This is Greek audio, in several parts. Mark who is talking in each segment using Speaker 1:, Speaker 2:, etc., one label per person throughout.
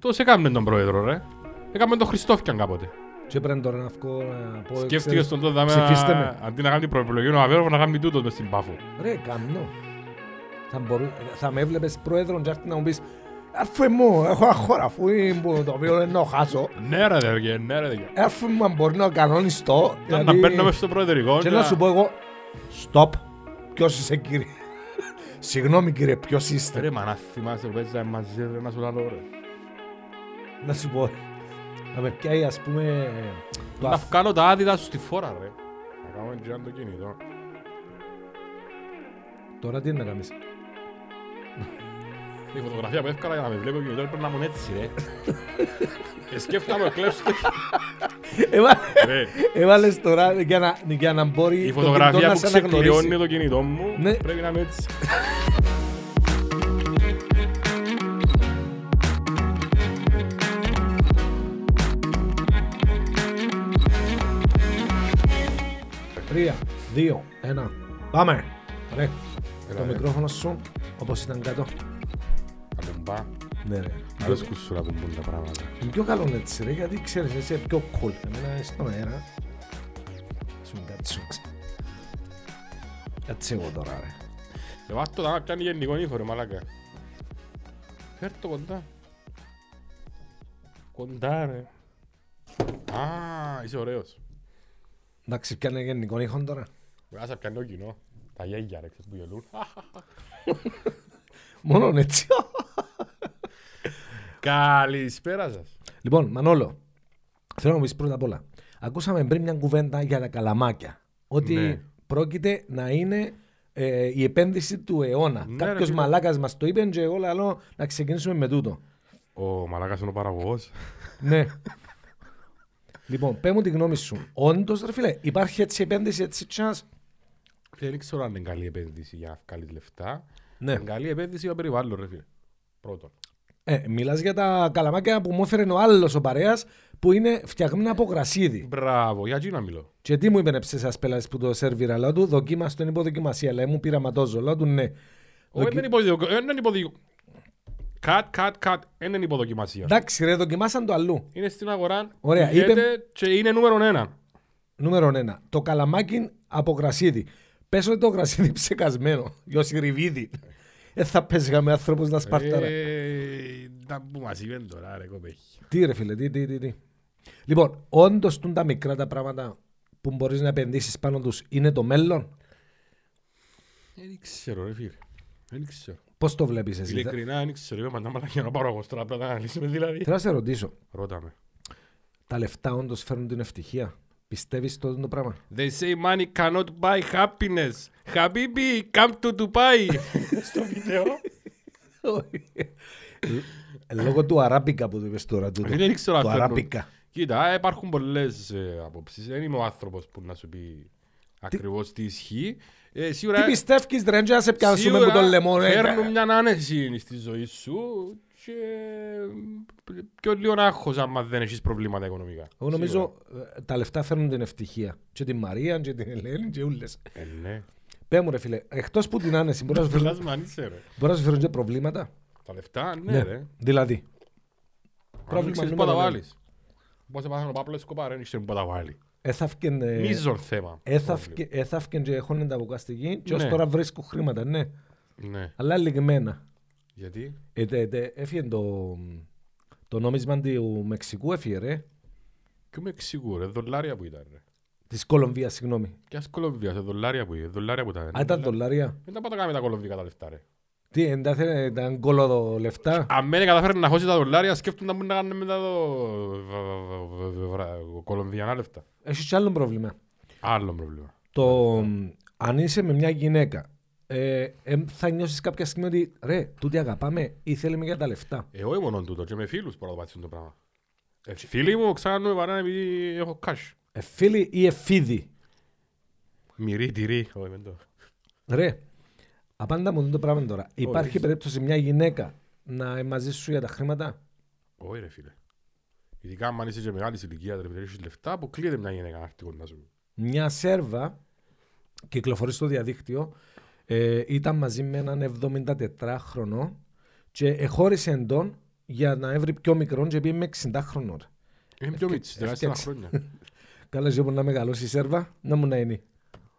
Speaker 1: Το σε κάμνε τον πρόεδρο, ρε. Έκαμε τον Χριστόφκιαν κάποτε.
Speaker 2: Και έπρεπε τώρα να βγω να πω... «Ε,
Speaker 1: Σκέφτηκε
Speaker 2: ξέρεις,
Speaker 1: τον τότε δάμε,
Speaker 2: ψηφίστε με.
Speaker 1: αντί να κάνει προεπιλογή, ο Αβέροφ να κάνει τούτο μες στην πάφο.
Speaker 2: Ρε, κάμνο. Θα, μπορού- θα με έβλεπες πρόεδρον και έρθει να μου πεις «Έρθω μου, έχω ένα χώρο αφού είναι το οποίο δεν να χάσω.
Speaker 1: Ναι ρε δε, ναι ρε δε.
Speaker 2: Έρθω μου αν μπορεί να κανονιστώ».
Speaker 1: Ήταν να
Speaker 2: γιατί-
Speaker 1: μπαίνω μες στο προεδρικό
Speaker 2: Και να σου πω εγώ «Stop, ποιος είσαι κύριε». Συγγνώμη κύριε, ποιος είστε.
Speaker 1: Ε, Ρε μα να θυμάσαι που παίζαμε μαζί ρε να σου λαλώ ρε.
Speaker 2: Να σου πω, να με πιάει ας πούμε... το
Speaker 1: Να
Speaker 2: αυ-
Speaker 1: βγάλω τα άδυτα σου στη φόρα ρε. Να κάνω τζιάν το κινητό.
Speaker 2: Τώρα τι να κάνεις.
Speaker 1: Η φωτογραφία που έφκαλα για να με βλέπει ο κινητό πρέπει να ήμουν έτσι ρε. Ε, Σκέφτομαι να με κλέψω
Speaker 2: Έβα-
Speaker 1: ρε.
Speaker 2: Έβαλες τώρα για να, για να μπορεί
Speaker 1: Η
Speaker 2: το κινητό
Speaker 1: φωτογραφία
Speaker 2: να
Speaker 1: που
Speaker 2: σε αναγνωρίσει.
Speaker 1: ξεκλειώνει το κινητό μου
Speaker 2: Ναι.
Speaker 1: πρέπει να είμαι έτσι.
Speaker 2: Τρία, δύο, ένα. Πάμε. Ρε, το
Speaker 1: ρε.
Speaker 2: μικρόφωνο σου, όπως ήταν κάτω.
Speaker 1: Ακουμπά.
Speaker 2: Ναι, ρε.
Speaker 1: Άρα σκούσου να ακουμπούν τα πράγματα.
Speaker 2: Είναι πιο καλό έτσι, ρε, γιατί ξέρεις, εσύ είναι πιο cool. Εμένα είναι στον αέρα. Σου μην κάτσω. Κάτσε εγώ τώρα, ρε.
Speaker 1: Ε, βάζ το να πιάνει γενικό ήχο ρε μαλάκα. Φέρ το κοντά. Κοντά ρε. Α, είσαι ωραίος.
Speaker 2: Εντάξει, πιάνε γενικό ήχο τώρα.
Speaker 1: Ας σε πιάνει το κοινό. Τα γιάγια ρε, ξέρεις που γελούν.
Speaker 2: Μόνο έτσι.
Speaker 1: Καλησπέρα σας.
Speaker 2: Λοιπόν, Μανόλο, θέλω να μου πεις πρώτα απ' όλα. Ακούσαμε πριν μια κουβέντα για τα καλαμάκια. Ότι
Speaker 1: Ναι.
Speaker 2: πρόκειται να είναι ε, η επένδυση του αιώνα.
Speaker 1: Ναι,
Speaker 2: Ναι,
Speaker 1: ρε,
Speaker 2: Κάποιος
Speaker 1: φίλε.
Speaker 2: μαλάκας μας το είπε, και εγώ λέω να ξεκινήσουμε με τούτο.
Speaker 1: Ο μαλάκας είναι ο παραγωγός.
Speaker 2: ναι. Λοιπόν, πέ μου τη γνώμη σου. Όντως, ρε φίλε, υπάρχει έτσι επένδυση, έτσι τσάνς.
Speaker 1: Δεν ξέρω αν είναι καλή επένδυση για να βγάλεις λεφτά.
Speaker 2: Ναι.
Speaker 1: Είναι καλή επένδυση για περιβάλλον ρε φίλε. Πρώτον.
Speaker 2: Ε, Μιλάς για τα καλαμάκια που μου έφερε ο άλλος ο παρέας που είναι φτιαγμένα από γρασίδι.
Speaker 1: Μπράβο, για εκείνα μιλώ.
Speaker 2: Και τι μου είπε ψε πελάτη που το σερβίρα, λέω του, δοκίμασε τον υποδοκιμασία. Λέει μου πειραματόζω, λέω του ναι.
Speaker 1: Όχι, δεν είναι υποδοκι- δεν είναι υποδοκι- Κατ, κατ, κατ, δεν είναι υποδοκιμασίας.
Speaker 2: Εντάξει, ρε, δοκιμάσαν το αλλού.
Speaker 1: Είναι στην αγορά.
Speaker 2: Ωραία,
Speaker 1: πηγαίνετε
Speaker 2: είπε-
Speaker 1: Και είναι νούμερο ένα.
Speaker 2: Νούμερο 1. Το καλαμάκι από γρασίδι. Πες ότι το γρασίδι ψεκασμένο. Γιο ριβίδι. Ε, θα πες γάμε άνθρωπος να σπαρταρά.
Speaker 1: Ε, τα που μας είπαν τώρα ρε κοπέχι.
Speaker 2: Τι ρε φίλε, τι, τι, τι. τι. Λοιπόν, όντως τούν τα μικρά τα πράγματα που μπορείς να επενδύσεις πάνω τους είναι το μέλλον.
Speaker 1: Ε, Δεν ξέρω ρε φίλε. Δεν ξέρω.
Speaker 2: Πώς το βλέπεις εσύ. θα-
Speaker 1: Ειλικρινά δεν ξέρω. Είμαι μαντάμπαλα για να πάρω εγώ στραπ να τα αναλύσουμε δηλαδή.
Speaker 2: Θέλω να σε ρωτήσω.
Speaker 1: Ρώταμε.
Speaker 2: Τα λεφτά όντως φέρνουν την ευτυχία. Πιστεύεις το, το πράγμα.
Speaker 1: They say money cannot buy happiness. Habibi, come to Dubai. Στο βίντεο.
Speaker 2: Ε, Λόγω του αράμπικα που του είπες τώρα. τούτο.
Speaker 1: Δεν ξέρω αν
Speaker 2: Το
Speaker 1: φέρνουν.
Speaker 2: αράμπικα.
Speaker 1: Κοίτα, ε, υπάρχουν πολλές ε, απόψεις. Δεν είμαι ο άνθρωπος που να σου πει ακριβώς τι ισχύει. Ε, σίγουρα-
Speaker 2: Τι πιστεύει, ρε, να σε πιάσουμε
Speaker 1: Σίγουρα
Speaker 2: με το λαιμό. ρε.
Speaker 1: Φέρνουν μια άνεση στη ζωή σου και πιο λίγο άγχος άμα δεν έχεις προβλήματα οικονομικά.
Speaker 2: Εγώ νομίζω ε, τα λεφτά φέρνουν την ευτυχία. Και την Μαρία, και την Ελένη, και ούλε.
Speaker 1: Ε, ναι.
Speaker 2: Πε μου, ρε φίλε, εκτός που την άνεση μπορείς να σου φέρουν,
Speaker 1: Φυλάς με αν είσαι ρε.
Speaker 2: μπορείς να σου φέρουν και προβλήματα.
Speaker 1: Τα λεφτά, ναι ρε.
Speaker 2: Δηλαδή,
Speaker 1: Αν
Speaker 2: Πρόβλημα
Speaker 1: δεν ξέρεις
Speaker 2: νούμερο
Speaker 1: πού τα
Speaker 2: ένα.
Speaker 1: βάλεις. Πώς έπαθαν ο Παπλό Σκοπάρ, δεν ήξερε πού τα βάλει.
Speaker 2: έθαυκεν.
Speaker 1: Μίζον θέμα.
Speaker 2: Έθαυκεν έθαυκεν ε, και έχουν τα βουκαστική, και
Speaker 1: Ναι.
Speaker 2: ω τώρα βρίσκουν χρήματα, ναι.
Speaker 1: Ναι.
Speaker 2: Αλλά λιγμένα.
Speaker 1: Γιατί.
Speaker 2: Ε, τε- τε- Έφυγε το, το νόμισμα του Μεξικού, έφυγε, ρε.
Speaker 1: Και με εξηγούρε, δολάρια που ήταν ρε.
Speaker 2: Της Κολομβίας, συγγνώμη.
Speaker 1: Και ας Κολομβία, σε δολάρια που είναι, δολάρια που ήταν.
Speaker 2: Α, ήταν δολάρια.
Speaker 1: Δεν τα πάτα κάνουμε τα κολομβικά τα λεφτά ρε.
Speaker 2: Τι, εντάθε, ήταν κόλοδο λεφτά.
Speaker 1: Αν δεν καταφέρουν να χώσει τα δολάρια, σκέφτονται να μπορούν να κάνουν μετά το κολομβιανά λεφτά.
Speaker 2: Έχεις κι άλλο πρόβλημα.
Speaker 1: Άλλο πρόβλημα.
Speaker 2: το μ, αν είσαι με μια γυναίκα, ε, ε, θα νιώσεις κάποια στιγμή ότι ρε, τούτη αγαπάμε ή θέλουμε για τα λεφτά.
Speaker 1: Ε, όχι μόνο τούτο, και με φίλους μπορώ να το πάθεις το πράγμα. Ε, φίλοι μου, ξανά παρά επειδή έχω cash.
Speaker 2: Ε, φίλοι ή εφίδι.
Speaker 1: Μυρί, τυρί, όχι μεν το.
Speaker 2: Ρε, απάντα μου το πράγμα τώρα. Υπάρχει
Speaker 1: Ορίστε.
Speaker 2: περίπτωση μια γυναίκα να είναι μαζί σου για τα χρήματα.
Speaker 1: Όχι ρε φίλε. Ειδικά αν είσαι και μεγάλης ηλικίας, ρε φίλε, έχεις λεφτά, αποκλείεται μια γυναίκα να έρθει κοντά σου.
Speaker 2: Μια Σέρβα κυκλοφορεί στο διαδίκτυο. Ε, ήταν μαζί με έναν 74χρονο και εχώρισε τον για να έβρει πιο μικρόν και πήγε με 60 χρονών.
Speaker 1: Είναι πιο μίτσι, τεράστια
Speaker 2: έφτιαξε.
Speaker 1: χρόνια.
Speaker 2: Καλά ζωή μπορεί λοιπόν, να μεγαλώσει η Σέρβα, να μου να είναι.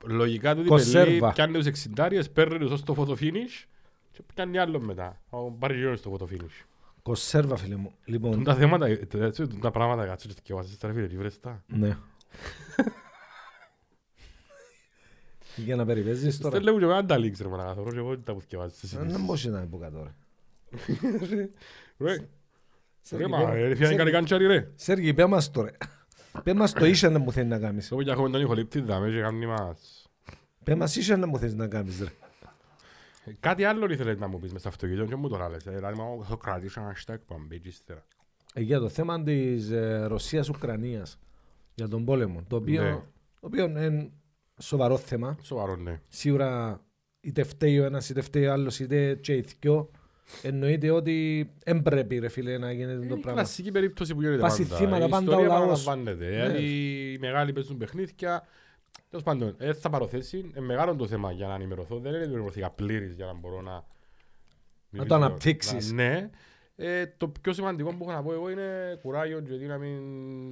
Speaker 1: Λογικά του λέει
Speaker 2: Κονσέρβα.
Speaker 1: πιάνει τους εξιντάριες, παίρνει τους ως το φωτοφίνις και πιάνει άλλο μετά. Ο Μπαριλιόνι στο φωτοφίνις.
Speaker 2: Κοσέρβα, φίλε μου.
Speaker 1: Τούν
Speaker 2: Λοιπόν,
Speaker 1: τα θέματα, ε, τα- έτσι, τούν τα πράγματα κάτσε και θυκευάζεις τα ρε φίλε, τι βρες τα.
Speaker 2: ναι. Για να περιπέζεις τώρα.
Speaker 1: Στέλνε μου και εμένα τα links ρε μάνα, θεωρώ και εγώ ότι τα που θυκευάζεις τις
Speaker 2: Δεν
Speaker 1: ειδήσεις.
Speaker 2: μπορείς να είναι που κάτω, ρε.
Speaker 1: Ε, ναι, Ρε, ρε
Speaker 2: Σέργη,
Speaker 1: μα,
Speaker 2: πέ-
Speaker 1: ρε φιάνει
Speaker 2: Σέργη,
Speaker 1: κανεί καντσάρι ρε.
Speaker 2: Σέργη, πέ μας το ρε. Πέ μας το ίσιο να μου θέλεις να κάνεις.
Speaker 1: Σε όπου και έχουμε τον ηχολήπτη δάμε και κάνει μας.
Speaker 2: Πέ μας ίσιο να μου θέλεις να κάνεις ρε.
Speaker 1: Ε, Κάτι άλλο ήθελες να μου πεις μες στο αυτοκίνητο και μου το λάλεσαι. Δηλαδή, μα, θα κρατήσω ένα hashtag παμπή και ύστερα.
Speaker 2: Ε, Για το θέμα της ε, Ρωσίας-Ουκρανίας. Για τον πόλεμο. Το οποίο,
Speaker 1: Ναι.
Speaker 2: το οποίο είναι σοβαρό θέμα.
Speaker 1: Σοβαρό, ναι.
Speaker 2: σίγουρα είτε φταίει ο ένας είτε φταίει ο άλλος είτε και οι δυο εννοείται ότι δεν πρέπει ρε φίλε να γίνεται το
Speaker 1: Είναι η
Speaker 2: πράγμα
Speaker 1: κλασική περίπτωση που γίνεται
Speaker 2: Πάση
Speaker 1: πάντα.
Speaker 2: θύματα,
Speaker 1: η
Speaker 2: πάντα
Speaker 1: ιστορία
Speaker 2: ο λαός.
Speaker 1: παραλαμβάνεται.
Speaker 2: Ναι.
Speaker 1: Δηλαδή οι μεγάλοι παίζουν παιχνίδια. Τέλος πάντων, ε, θα πάρω θέση. Ε, μεγάλο το θέμα για να ενημερωθώ. Δεν είναι ενημερωθήκα πλήρης για να μπορώ να.
Speaker 2: Να το
Speaker 1: μιλήσω.
Speaker 2: αναπτύξεις.
Speaker 1: Να- Ναι. Ε, το πιο σημαντικό που έχω να πω εγώ είναι κουράγιο και δύναμη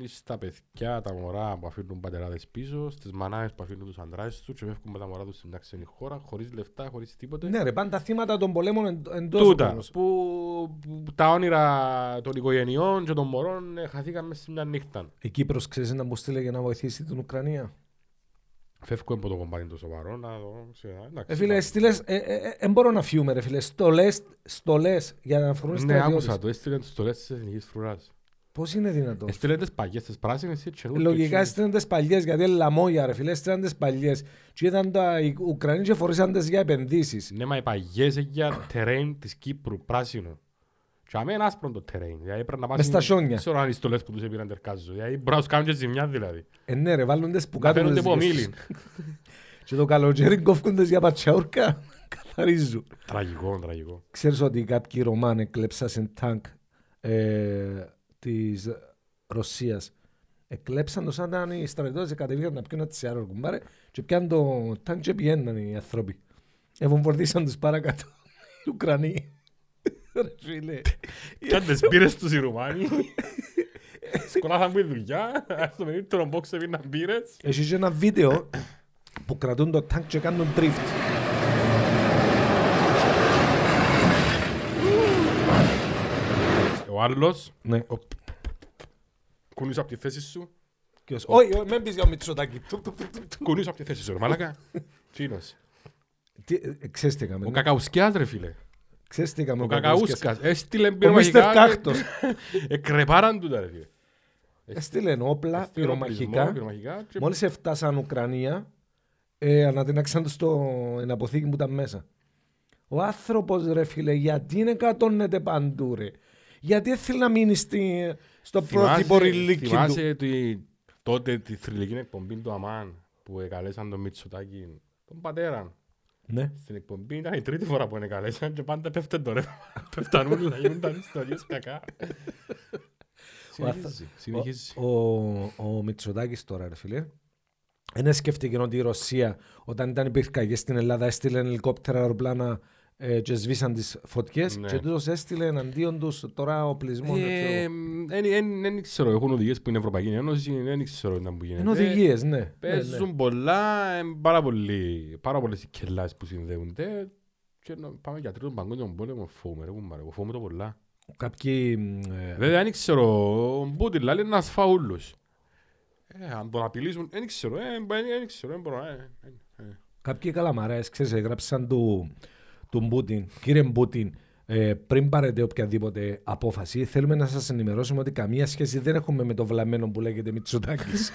Speaker 1: στα παιδιά, τα μωρά που αφήνουν πατεράδες πίσω, στις μανάδες που αφήνουν τους αντράδες τους και φεύγουν με τα μωρά τους στην ξένη χώρα, χωρίς λεφτά, χωρίς τίποτε.
Speaker 2: ναι ρε πάντα θύματα των πολέμων εν- εντός
Speaker 1: Τούτα
Speaker 2: κόσμος.
Speaker 1: που, που τα όνειρα των οικογενειών και των μωρών ε, χαθήκαν μέσα σε μια νύχτα.
Speaker 2: η Κύπρος ξέρεις να μου στείλε για να βοηθήσει την Ουκρανία
Speaker 1: Φεύγω από το κομπάνι το σοβαρό, να δω. ξέρω, εντάξει,
Speaker 2: ε, φίλε
Speaker 1: εντάξει.
Speaker 2: στείλες ε, ε, ε, εν μπορώ να φύγουμε ρε φίλε στολές, στολές για να βρουν
Speaker 1: Ναι,
Speaker 2: στρατιώτες
Speaker 1: άκουσα το. Ε, Έστειλε τις στολές της Εθνικής Φρουράς.
Speaker 2: πως είναι δυνατόν
Speaker 1: Έστειλε τις παγιές, τις πράσινες, έτσι, καινούργιες,
Speaker 2: Ε, Λογικά
Speaker 1: έτσι.
Speaker 2: στείλαν τις παλιές, γιατί είναι λαμόγια ρε φίλε, στείλαν τις παλιές. Και ήταν τα οι Ουκρανοί και φορέσαν τις για επενδύσεις.
Speaker 1: Ναι, μα οι παγιές είναι για terrain της Κύπρου, πράσινο. Και αμέ είναι άσπρο το terrain. Δηλαδή έπρεπε να πας...
Speaker 2: Μες στα σιόνια.
Speaker 1: Δεν ξέρω αν οι στολές που τους έπαιραν τερκάζουν. Δηλαδή μπορεί να τους κάνουν και ζημιά δηλαδή.
Speaker 2: Ε, ναι ρε, βάλουν τις που
Speaker 1: Να
Speaker 2: κάτω
Speaker 1: φαίνονται
Speaker 2: τις
Speaker 1: από
Speaker 2: δικές τους.
Speaker 1: μήλιν.
Speaker 2: Και το καλοκαίρι κόφκονται για πατσαούρκα, καθαρίζουν.
Speaker 1: Τραγικό, τραγικό.
Speaker 2: Ξέρεις ότι κάποιοι Ρωμάν εκλέψαν τάγκ ε, της Ρωσίας. Εκλέψαν το σαν να είναι οι στρατιώτες κατεβήκαν να πιούν ένα τσιάρο κουμπάρε και πιάνουν το τάγκ και πιέναν οι άνθρωποι. Ευομβορδίσαν τους παρακάτω οι Ουκρανοί. Ρε φίλε.
Speaker 1: Κι αν τις πήρες τους οι Ρουμάνοι. Σκολάθαν που η δουλειά. Στο μεγαλύτερο box έβγαιναν πήρες.
Speaker 2: Έχει και ένα βίντεο που κρατούν το τάγκ και κάνουν drift.
Speaker 1: Ο άλλος
Speaker 2: Ναι.
Speaker 1: κουνούσε από τη θέση σου.
Speaker 2: Ποιος- Όχι, όχι, μην ε, πεις για ο Μητσοτάκη. Του, του, του, του, του.
Speaker 1: Κουνούσε από τη θέση σου ρε μαλάκα. Τσίνος.
Speaker 2: Τι, ε, Ξέρεις τι έκαμε.
Speaker 1: Ο
Speaker 2: ναι.
Speaker 1: κακαουσκιάς ρε φίλε.
Speaker 2: Ξέρεις τι έκαμε.
Speaker 1: Ο
Speaker 2: Κακαούσκας.
Speaker 1: κακαούσκας. Έστειλε
Speaker 2: Ο Μίστερ
Speaker 1: πυρομαχικά.
Speaker 2: Τάχτος
Speaker 1: Εκρεπάραν του τα ρε φίλε.
Speaker 2: έστειλε Ε, όπλα
Speaker 1: Έστειλε οπλισμό,
Speaker 2: πυρομαχικά.
Speaker 1: πυρομαχικά και
Speaker 2: Μόλις έφτασαν Ουκρανία, ε, ανατινάξαν τους στο την αποθήκη που ήταν μέσα. Ο άνθρωπος ρε φίλε, γιατί να κατώνεται παντού ρε. Γιατί δεν θέλει να μείνει στη, στο
Speaker 1: Θυμάσαι-
Speaker 2: πρωθυπορηλίκι του.
Speaker 1: Θυμάσαι τη- τότε τη θρηλυκή εκπομπή του Αμάν που εκαλέσαν τον Μητσοτάκη. Τον πατέραν.
Speaker 2: Ναι.
Speaker 1: Στην εκπομπή ήταν η τρίτη φορά που είναι καλέσαν και πάντα πέφτει το ρεύμα. Πέφτανουν όλα, γίνονταν ιστορίες κακά. Συνεχίζεις, συνεχίζεις.
Speaker 2: Ο, ο Μητσοτάκης τώρα ρε φίλε, δεν σκέφτηκε ότι η Ρωσία όταν ήταν οι πυρκαγιές στην Ελλάδα έστειλε ελικόπτερα αεροπλάνα ε, και σβήσαν τις φωτιές
Speaker 1: Ναι. Ε,
Speaker 2: και τους έστειλε εναντίον τους τώρα οπλισμό. δεν ξέρω εγώ.
Speaker 1: Δεν ξέρω, έχουν οδηγίες που είναι Ευρωπαϊκή Ένωση, δεν ξέρω να που γίνεται.
Speaker 2: Είναι οδηγίες, ναι. Ναι, ναι.
Speaker 1: Παίζουν πολλά, ε, πάρα πολλοί- πάρα πολλές οι κελάες που συνδέονται. Και νο- πάμε για τρίτον παγκόσμιο πόλεμο, φοβούμαι, ρε, κουμπάρε, εγώ φοβούμαι το πολλά.
Speaker 2: ναι. Κάποιοι. μ, ε,
Speaker 1: Βέβαια, δεν ξέρω, ο Μπούτιν λέει ένας φαούλος. Ε, αν τον απειλήσουν, δεν ξέρω, ε, δεν ξέρω, δεν μπορώ, ε, ε, ε.
Speaker 2: Κάποιοι καλαμαράες, ξέρεις, έγραψαν του, του Πούτιν, κύριε Πούτιν, ε, πριν πάρετε οποιαδήποτε απόφαση, θέλουμε να σας ενημερώσουμε ότι καμία σχέση δεν έχουμε με το βλαμμένο που λέγεται Μητσοτάκης.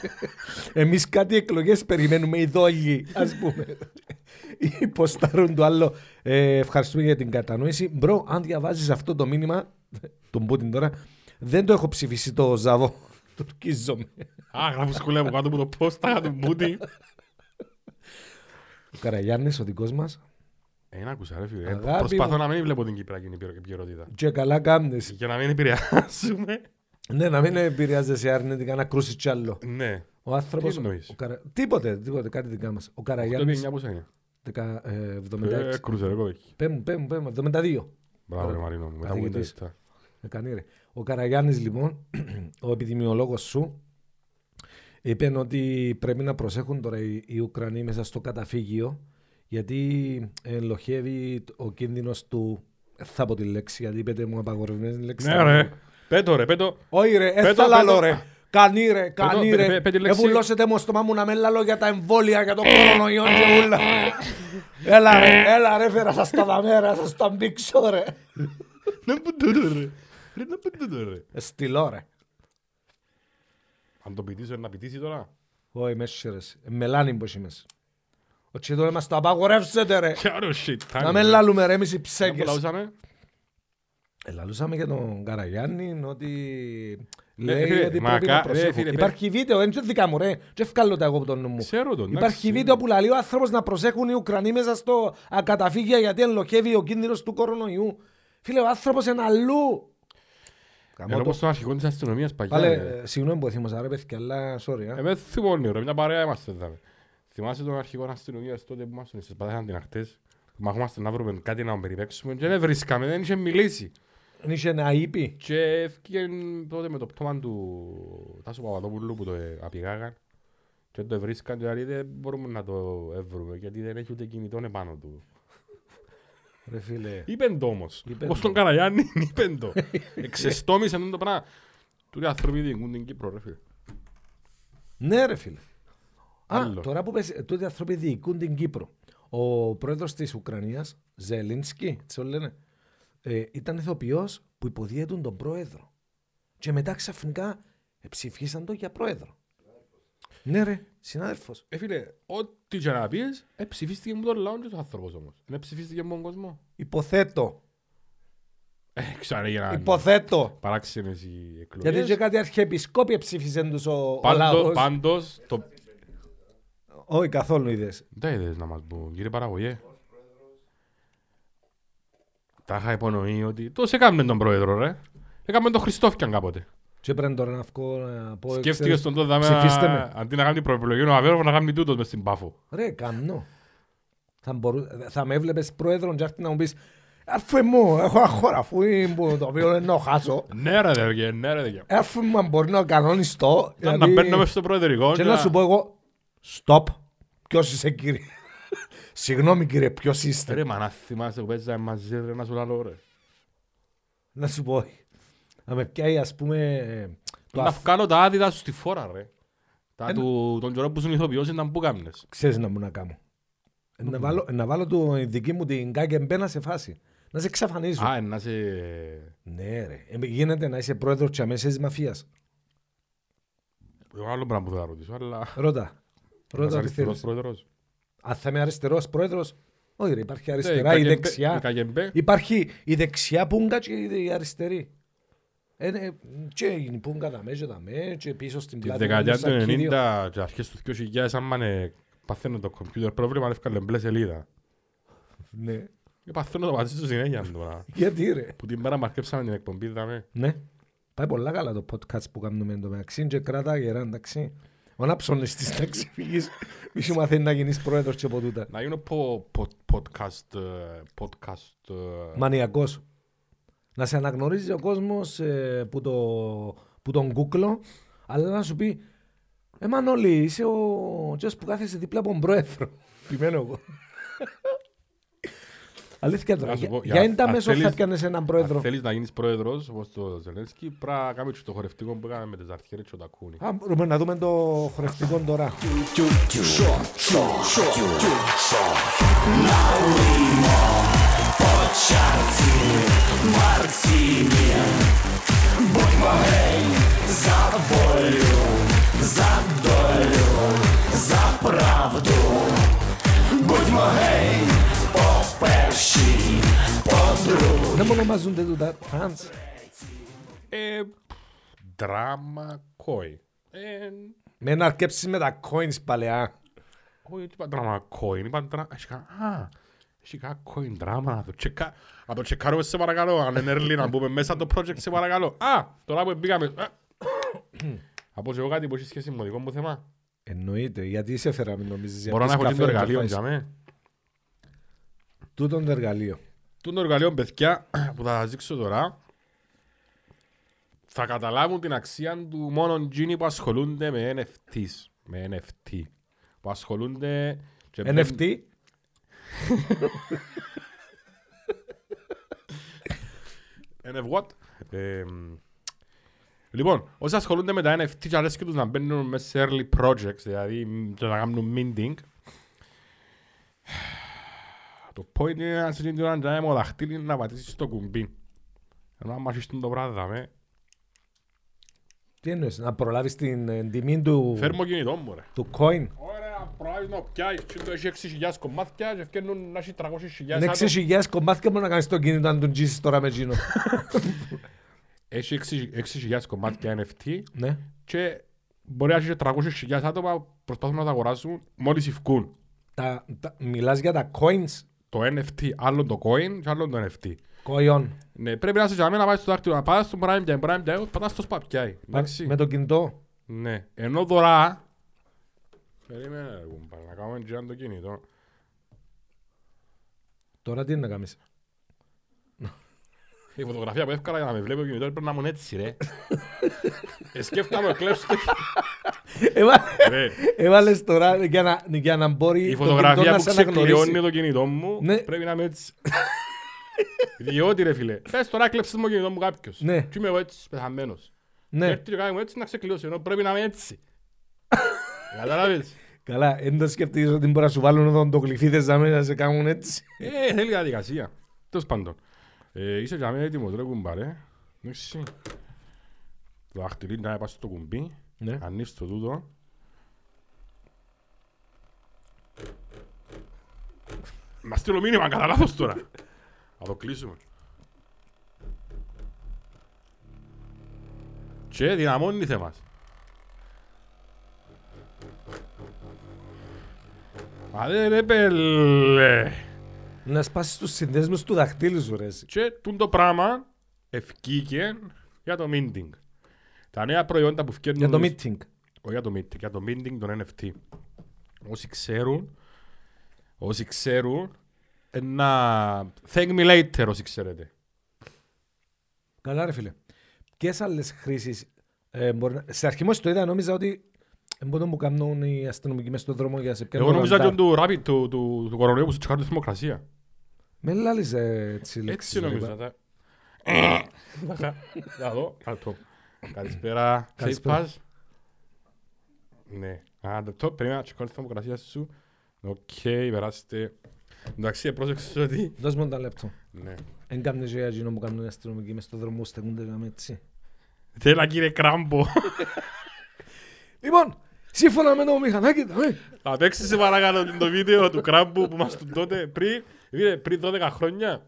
Speaker 2: Εμείς κάτι εκλογές περιμένουμε, οι δόλοι, ας πούμε. Υποστάρουν το άλλο. Ε, ευχαριστούμε για την κατανόηση. Μπρο, αν διαβάζεις αυτό το μήνυμα, τον Πούτιν τώρα, δεν το έχω ψηφίσει το Ζαβό. Τουρκίζομαι.
Speaker 1: Α, γράφω σχολεία από κάτω από το post, τα του Μπούτιν.
Speaker 2: Ο Καραγιάννης, ο δικός μας,
Speaker 1: Δεν άκουσα Ε, ρε φίλε.
Speaker 2: Αγάπη
Speaker 1: Προσπαθώ
Speaker 2: μου.
Speaker 1: να μην βλέπω την Κυπριακή επικαιρο- επικαιρότητα.
Speaker 2: και καλά κάμνες.
Speaker 1: Για να μην επηρεάσουμε.
Speaker 2: Ναι, να μην επηρεάζεσαι αρνητικά να κρούσεις κι άλλο.
Speaker 1: Ναι.
Speaker 2: Ο άνθρωπος.
Speaker 1: Τι εννοείς?
Speaker 2: Τίποτε, τίποτε, κάτι δικά μας. Ο
Speaker 1: Ε, Το
Speaker 2: Καραγιάννη.
Speaker 1: πήγαινε πόσα είναι.
Speaker 2: 76.
Speaker 1: Ε, Κρούζερ, εγώ εκεί.
Speaker 2: Πέμπουν, πέμπουν, πέμπουν. 72.
Speaker 1: Μπράβο ρε Μαρίνο μου. Μετά από
Speaker 2: Καθηγητής.
Speaker 1: 57.
Speaker 2: Έκανε Ε, ρε. Ο Καραγιάννης λοιπόν, ο επιδημιολόγος σου, είπε ότι πρέπει να προσέχουν τώρα οι, οι Ουκρανοί μέσα στο καταφύγιο γιατί ελοχεύει ο κίνδυνος του θα πω τη λέξη, γιατί πέτε μου απαγορευμένη λέξη.
Speaker 1: Ναι, ρε. Πέτω, ρε, πέτω.
Speaker 2: Όχι ρε,
Speaker 1: Πέτω,
Speaker 2: έθα λαλώ
Speaker 1: πέτω.
Speaker 2: ρε. Κανεί ρε, κανεί
Speaker 1: πέ-
Speaker 2: ρε.
Speaker 1: πέ- πέτε λέξη.
Speaker 2: Εβουλώσετε μου στο μάμου να με λαλώ για τα εμβόλια, για το κορονοϊό και ούλα. Έλα ρε, έλα ρε, φέρα σας τα δαμέρα, σας τα μπήξω ρε.
Speaker 1: Να που τούτο, ρε. Ρε, να που τούτο, ρε.
Speaker 2: Στυλό Ε, ρε.
Speaker 1: Αν το πητήσω, να πητήσει τώρα.
Speaker 2: Όχι, μέσα ρε. Μελάνι πως είμαι. Ο Τσίτον μας τα απαγορεύσετε ρε.
Speaker 1: Κι άρα, shit, time.
Speaker 2: Να με λαλούμε ρε, εμείς οι
Speaker 1: ναι. Να που
Speaker 2: ψέκες.
Speaker 1: λαούσαμε.
Speaker 2: Ελαλούσαμε για τον Καραγιάννη ότι
Speaker 1: Ναι,
Speaker 2: λέει
Speaker 1: φίλε,
Speaker 2: ότι
Speaker 1: μα
Speaker 2: πρέπει
Speaker 1: κα-
Speaker 2: να
Speaker 1: ρε,
Speaker 2: προσέχουν.
Speaker 1: φίλε,
Speaker 2: Υπάρχει βίντεο, δεν είναι δικά μου ρε. Και ευκάλλω τα εγώ από τον νου μου.
Speaker 1: Ξέρω τον, εντάξει.
Speaker 2: Υπάρχει βίντεο που λέει ο άνθρωπος να προσέχουν οι Ουκρανοί μέσα στο ακαταφύγια γιατί ενλοχεύει ο κίνδυνος του κορονοϊού. Φίλε, ο άνθρωπος είναι αλλού.
Speaker 1: Ενώ πως στον αρχικό της αστυνομίας παγιά.
Speaker 2: Πάλε,
Speaker 1: ρε.
Speaker 2: ε, συγγνώμη που θύμωσα ρε παιδιά, αλλά sorry.
Speaker 1: Ναι. Ε,
Speaker 2: α.
Speaker 1: με θυμώνει, ρε. Μια παρέα είμαστε, δάμε. Θυμάσαι τον αρχικό αστυνομίας τότε που ήμασταν στις πατάσαν την αχτές. Μαχούμαστε να βρούμε κάτι να περιπέξουμε και δεν βρίσκαμε, δεν είχε μιλήσει.
Speaker 2: Δεν Είχε ένα ύπη.
Speaker 1: Και έφυγε τότε με το πτώμα του Τάσου Παπαδόπουλου που το ε, απηγάγαν και το βρίσκαν και λέει δεν μπορούμε να το βρούμε γιατί δεν έχει ούτε κινητό επάνω του.
Speaker 2: Ρε φίλε.
Speaker 1: Είπεν το όμως.
Speaker 2: Είπεν
Speaker 1: Όπως
Speaker 2: το.
Speaker 1: τον Καραγιάννη είπεν το. Εξεστόμησε το πράγμα. Του λέει άνθρωποι διοικούν την Κύπρο ρε φίλε.
Speaker 2: Ναι, ρε φίλε. Α,
Speaker 1: Άλλο.
Speaker 2: τώρα που πες, τούτοι οι άνθρωποι διοικούν την Κύπρο. Ο πρόεδρος της Ουκρανίας, Ζελίνσκι, τι όλοι λένε, ε, ήταν ηθοποιός που υποδιέτουν τον πρόεδρο. Και μετά ξαφνικά ε, ψηφίσαν τον για πρόεδρο. Ναι, ρε, συνάδελφος.
Speaker 1: Ε φίλε, ό,τι και να πεις, ε, ψηφίστηκε με τον λαό και ο άνθρωπος όμως. Δεν ψηφίστηκε με τον κόσμο.
Speaker 2: Υποθέτω.
Speaker 1: Ε, ξαναγίναν
Speaker 2: Υποθέτω.
Speaker 1: παράξενες οι εκλογές.
Speaker 2: Γιατί και κάτι αρχιεπισκόπια ψήφισαν τους ο, ο
Speaker 1: Πάντο-
Speaker 2: λαός.
Speaker 1: Πάντως, το...
Speaker 2: Όχι, καθόλου είδες.
Speaker 1: Δεν είδες να μας πούν, κύριε Παραγωγέ. Τα είχα υπονοεί ότι το σε κάμνε τον πρόεδρο ρε. Έκαμε τον Χριστόφκιαν κάποτε.
Speaker 2: Και πρέπει τώρα να βγω να πω...
Speaker 1: Σκέφτηκες
Speaker 2: ξέρεις,
Speaker 1: τον τότε δάμε,
Speaker 2: ψηφίστε με.
Speaker 1: να- αντί να κάνει προεπιλογή ο Αβέροφ να κάνει τούτος μες στην Πάφο.
Speaker 2: Ρε, καμνό. Θα, μπορού... θα με έβλεπες πρόεδρον και έρθει να μου πεις «Έρφε μου, έχω ένα χώρα αφού που το οποίο δεν το χάσω.
Speaker 1: Ναι ρε δε, ρε, ναι ρε δε.
Speaker 2: Έρφε μου αν μπορεί να κανονιστώ».
Speaker 1: Ήταν να
Speaker 2: Ε, γιατί-
Speaker 1: μπαίνω μες στο προεδρικό
Speaker 2: Και να σου πω εγώ «Stop, ποιος είσαι κύριε». Συγγνώμη κύριε, ποιος είστε.
Speaker 1: Ε, Ρε μα να θυμάσαι που παίζαμε μαζί ρε να σου λαλώ ρε.
Speaker 2: Να σου πω, να με πιάει ας πούμε... Το
Speaker 1: Να
Speaker 2: αφ...
Speaker 1: βγάλω τα άδειτα σου στη φόρα ρε.
Speaker 2: Ε,
Speaker 1: Τα
Speaker 2: ναι.
Speaker 1: του, τον καιρό που ήσουν ηθοποιός ήταν που κάμνες.
Speaker 2: Ξέρεις να μου να κάνω. Να βάλω, να βάλω το, δική μου την κάκεμπένα σε φάση. Να σε εξαφανίζω.
Speaker 1: Α, ε, να σε...
Speaker 2: Ναι ρε. Ε, Γίνεται να είσαι πρόεδρος της αμέσης μαφίας.
Speaker 1: Εγώ άλλο πράγμα που θα ρωτήσω, αλλά...
Speaker 2: Ρώτα. Ρώτα
Speaker 1: Ένας
Speaker 2: τι
Speaker 1: αριστερός
Speaker 2: θέλεις.
Speaker 1: πρόεδρος.
Speaker 2: Αν θα είμαι αριστερός πρόεδρος, όχι ρε, υπάρχει
Speaker 1: Ναι,
Speaker 2: αριστερά
Speaker 1: η
Speaker 2: ή
Speaker 1: Καγεμπέ- η
Speaker 2: δεξιά.
Speaker 1: Καγεμπέ.
Speaker 2: Υπάρχει η δεξιά πουγκα και η αριστερή. Ε, ναι, και η πουγκα τα μέσα, τα μέσα, και πίσω στην
Speaker 1: Τη
Speaker 2: πλάτη. με
Speaker 1: δεκαετία
Speaker 2: το
Speaker 1: του
Speaker 2: σακίδιο.
Speaker 1: 90 και αρχές του 2000, άμα ε, παθαίνω το κομπιούτερ πρόβλημα, έφκαλε μπλε σελίδα.
Speaker 2: Ναι.
Speaker 1: Ε, Παθαίνω το μαζί του συνέχεια τώρα.
Speaker 2: Γιατί ρε.
Speaker 1: Που την μέρα μαρκέψαμε την εκπομπή, δάμε.
Speaker 2: Ναι. Πάει πολλά καλά το podcast που κάνουμε εν τω μεταξύ και κράτα γερά, εντάξει. Ο να ψωνιστείς να ξεφύγεις. Μη σου μαθαίνει να γίνεις πρόεδρος και από τούτα.
Speaker 1: Να γίνω πο- πο- podcast... ε, podcast... ε,
Speaker 2: Μανιακός. Να σε αναγνωρίζει ο κόσμος ε, που, το, που τον κούκλο, αλλά να σου πει «Ε, Μανώλη, είσαι ο τσιος που κάθεσαι δίπλα από τον πρόεδρο». Επιμένω εγώ. Αλήθεια τώρα.
Speaker 1: Να σου
Speaker 2: Για,
Speaker 1: πω,
Speaker 2: για
Speaker 1: για-
Speaker 2: εν τα
Speaker 1: αν
Speaker 2: μέσο θα
Speaker 1: θέλεις-
Speaker 2: πιάνες έναν
Speaker 1: Αν
Speaker 2: πρόεδρο.
Speaker 1: θέλεις να γίνεις πρόεδρος, όπως το Ζελένσκι, πρέπει να κάνεις το χορευτικό που έκαμε με τις αρχιέρες και ο Τακούνη.
Speaker 2: Α, μπορούμε να δούμε το χορευτικό τώρα. Δεν μου ονομάζονται τούτα φανς.
Speaker 1: Ε, Δράμα κόι. Ε,
Speaker 2: Με να αρκέψεις με τα coins παλαιά.
Speaker 1: Όχι, είπα δράμα coin, είπα δράμα... Α, έχει κάνα coin δράμα, να το τσεκα- να το τσεκάρουμε σε παρακαλώ, αν είναι early να μπούμε μέσα το project σε παρακαλώ. Α, τώρα που μπήκαμε... Α. Από σε εγώ κάτι που έχει σχέση με το δικό μου θέμα.
Speaker 2: Εννοείται, γιατί σε φέρα μην νομίζεις.
Speaker 1: Μπορώ να έχω και το εργαλείο για
Speaker 2: μένα.
Speaker 1: μέ.
Speaker 2: Τούτον το εργαλείο.
Speaker 1: Ε, Τούν το εργαλείο, παιδιά, που θα σας δείξω τώρα, θα καταλάβουν την αξία του μόνο τζίνοι που ασχολούνται με NFTs. Με NFT. Που ασχολούνται... και μπαίνουν-
Speaker 2: NFT.
Speaker 1: NF what? Ε, μ. λοιπόν, όσοι ασχολούνται με τα NFT και αρέσκει τους να μπαίνουν μέσα σε early projects, δηλαδή μ, το να κάνουν minting, το point είναι να συνήθω να τζάμε ο δαχτύλι να πατήσεις το κουμπί. Ενώ άμα έχεις τον το βράδυ, δαμέ,
Speaker 2: Τι εννοείς, να προλάβεις την ε, τιμή του,
Speaker 1: φέρ' μου κινητό μου ρε.
Speaker 2: του coin.
Speaker 1: Ωραία, αν προλάβεις να πιάσεις, τσιν το έχει 6.000 κομμάτια και ευκαινούν να έχει 300.000
Speaker 2: Είναι
Speaker 1: άτομα.
Speaker 2: 6.000 κομμάτια μόνο να κάνεις το κινητό αν τον τζίσεις τώρα με τζίνο.
Speaker 1: Έχει 6.000 κομμάτια NFT
Speaker 2: ναι.
Speaker 1: και μπορεί να έχεις και 300.000 άτομα που προσπαθούν να τα αγοράσουν μόλις ευκούν.
Speaker 2: Τα, τα, μιλάς για τα coins,
Speaker 1: το NFT, άλλο το coin και άλλο το NFT.
Speaker 2: coin.
Speaker 1: Ναι, πρέπει να είσαι για μένα να πάει στο δάχτυλο, να πάει στο prime time, prime time, πατάς στο spap πιάει. Εντάξει.
Speaker 2: Με το κινητό.
Speaker 1: Ναι. Ενώ δωρά... Περίμενε ρε κουμπάρε, να κάνουμε και ένα το κινητό.
Speaker 2: Τώρα τι είναι να κάνεις.
Speaker 1: Η φωτογραφία που έφκαρα για να με βλέπει ο κινητό πρέπει να ήμουν έτσι ρε. Ε, Σκέφτομαι, κλέψτε. Ρε,
Speaker 2: Έβαλες τώρα για να, για να μπορεί
Speaker 1: Η
Speaker 2: το κινητό
Speaker 1: φωτογραφία
Speaker 2: να
Speaker 1: που
Speaker 2: σε αναγνωρίσει.
Speaker 1: ξεκλειώνει το κινητό μου
Speaker 2: Ναι.
Speaker 1: πρέπει να είμαι έτσι. Διότι ρε φίλε, πες τώρα κλέψεις μου το κινητό μου κάποιος.
Speaker 2: Ναι.
Speaker 1: Και είμαι εγώ έτσι πεθαμένος.
Speaker 2: Ναι,
Speaker 1: Έρθει και κάνει μου έτσι να ξεκλειώσει, ενώ πρέπει να είμαι έτσι. Κατάλαβες.
Speaker 2: καλά, δεν το σκεφτείς ότι μπορεί να σου βάλουν όταν το κλειφίδες να μην να σε κάνουν έτσι.
Speaker 1: Ε, θέλει διαδικασία. Τέλος πάντων. Ε, Είσαι για μένα έτοιμος ρε κουμπάρε. Εντάξει. Το δαχτυλί να πάει στο κουμπί.
Speaker 2: Ναι.
Speaker 1: Ανοίξ το τούτο. Μα στείλω μήνυμα κατά λάθος τώρα. Θα το κλείσουμε. Και δυναμώνει η θέμας. Αδε ρε πελε.
Speaker 2: Να σπάσεις τους συνδέσμους του δαχτύλου σου ρε. εσύ.
Speaker 1: Και τούν το πράγμα ευκήκε για το minting. Τα νέα προϊόντα που φτιάχνουν...
Speaker 2: Για το meeting.
Speaker 1: Όχι για το meeting, για το minting των NFT. Όσοι ξέρουν, όσοι ξέρουν, ένα thank me later όσοι ξέρετε.
Speaker 2: Καλά ρε φίλε. Ποιες άλλες χρήσεις ε, μπορεί να... Σε αρχή μόλις το είδα νόμιζα ότι μπορεί να μου κάνουν οι αστυνομικοί μες στον δρόμο για να σε πιάνουν.
Speaker 1: Εγώ νόμιζα και
Speaker 2: ραντάρ.
Speaker 1: του rapid, του, του, του κορονοϊού που σου τσεκάρουν τη θερμοκρασία.
Speaker 2: Με λάλης ε, έτσι λέξεις.
Speaker 1: Έτσι
Speaker 2: ρε,
Speaker 1: νόμιζα.
Speaker 2: είπα.
Speaker 1: τα- Να δω, να το. Καλησπέρα, ξέρεις
Speaker 2: Καλησπέρα.
Speaker 1: πας. Ναι, Α, το- το περίμενα να τσεκάρω τη θερμοκρασία σου. Οκ, περάστε. Εντάξει, πρόσεξε ότι...
Speaker 2: Δώσ' μου ένα λεπτό.
Speaker 1: Ναι.
Speaker 2: Εν κάνεις για εκείνο που κάνουν οι αστυνομικοί μες στον δρόμο στεγούνται γάμε έτσι.
Speaker 1: Θέλω κύριε Κράμπο.
Speaker 2: Λοιπόν, σύμφωνα με το μηχανάκι, ε. δαμέ.
Speaker 1: Θα παίξεις σε παρακαλώ το βίντεο του Κράμπου που μας του τότε πριν, είδε, πριν 12 χρόνια.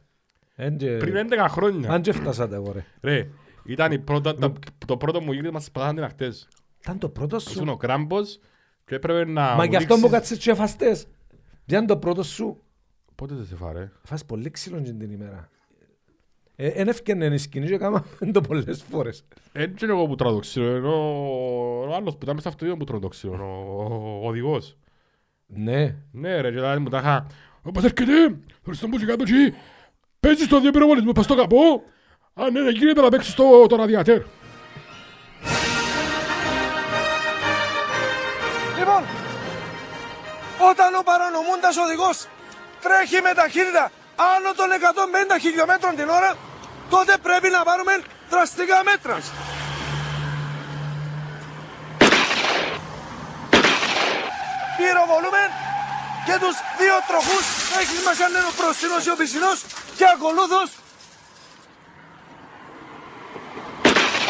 Speaker 2: Εν και-
Speaker 1: Πριν 11 χρόνια.
Speaker 2: Ε. Αν Ε. και φτάσατε εγώ ρε.
Speaker 1: Ρε, ήταν η πρώτα, τα- το πρώτο μου γύρισμα στις πατάνε ακτές.
Speaker 2: Ήταν το πρώτο σου.
Speaker 1: Ήσουν ο Κράμπος και έπρεπε να
Speaker 2: Μα
Speaker 1: μου
Speaker 2: γι' αυτό μου
Speaker 1: δείξεις-
Speaker 2: κάτσες και φαστές. Πιάνε το πρώτο σου.
Speaker 1: Πότε δεν σε φάρε.
Speaker 2: Φας πολύ ξύλο την την ημέρα. Ε, Εν έφκαινε η σκηνή και κάμαμε το πολλές φορές.
Speaker 1: Έτσι είναι Ε, εγώ που τρώω το ξύλο, ενώ ο άλλος που ήταν μέσα στο αυτοκίνητο που τρώω το ξύλο, ο- ο- ο οδηγός.
Speaker 2: Ναι.
Speaker 1: Ναι ρε, και δηλαδή μου τα είχα «Όπως έρχεται, Χριστό μου και κάτω εκεί, παίζεις το δύο πυροβολισμό, πας στο καπό, ναι, αν είναι γίνεται να παίξεις το, το ραδιατέρ».
Speaker 3: Λοιπόν, όταν ο παρανομούντας οδηγός τρέχει με ταχύτητα άνω των 150 χιλιόμετρων την ώρα, τότε πρέπει να πάρουμε δραστικά μέτρα. Πυροβολούμε και τους δύο τροχούς έχει μας αν είναι ο προστινός ή ο πισινός και ακολούθως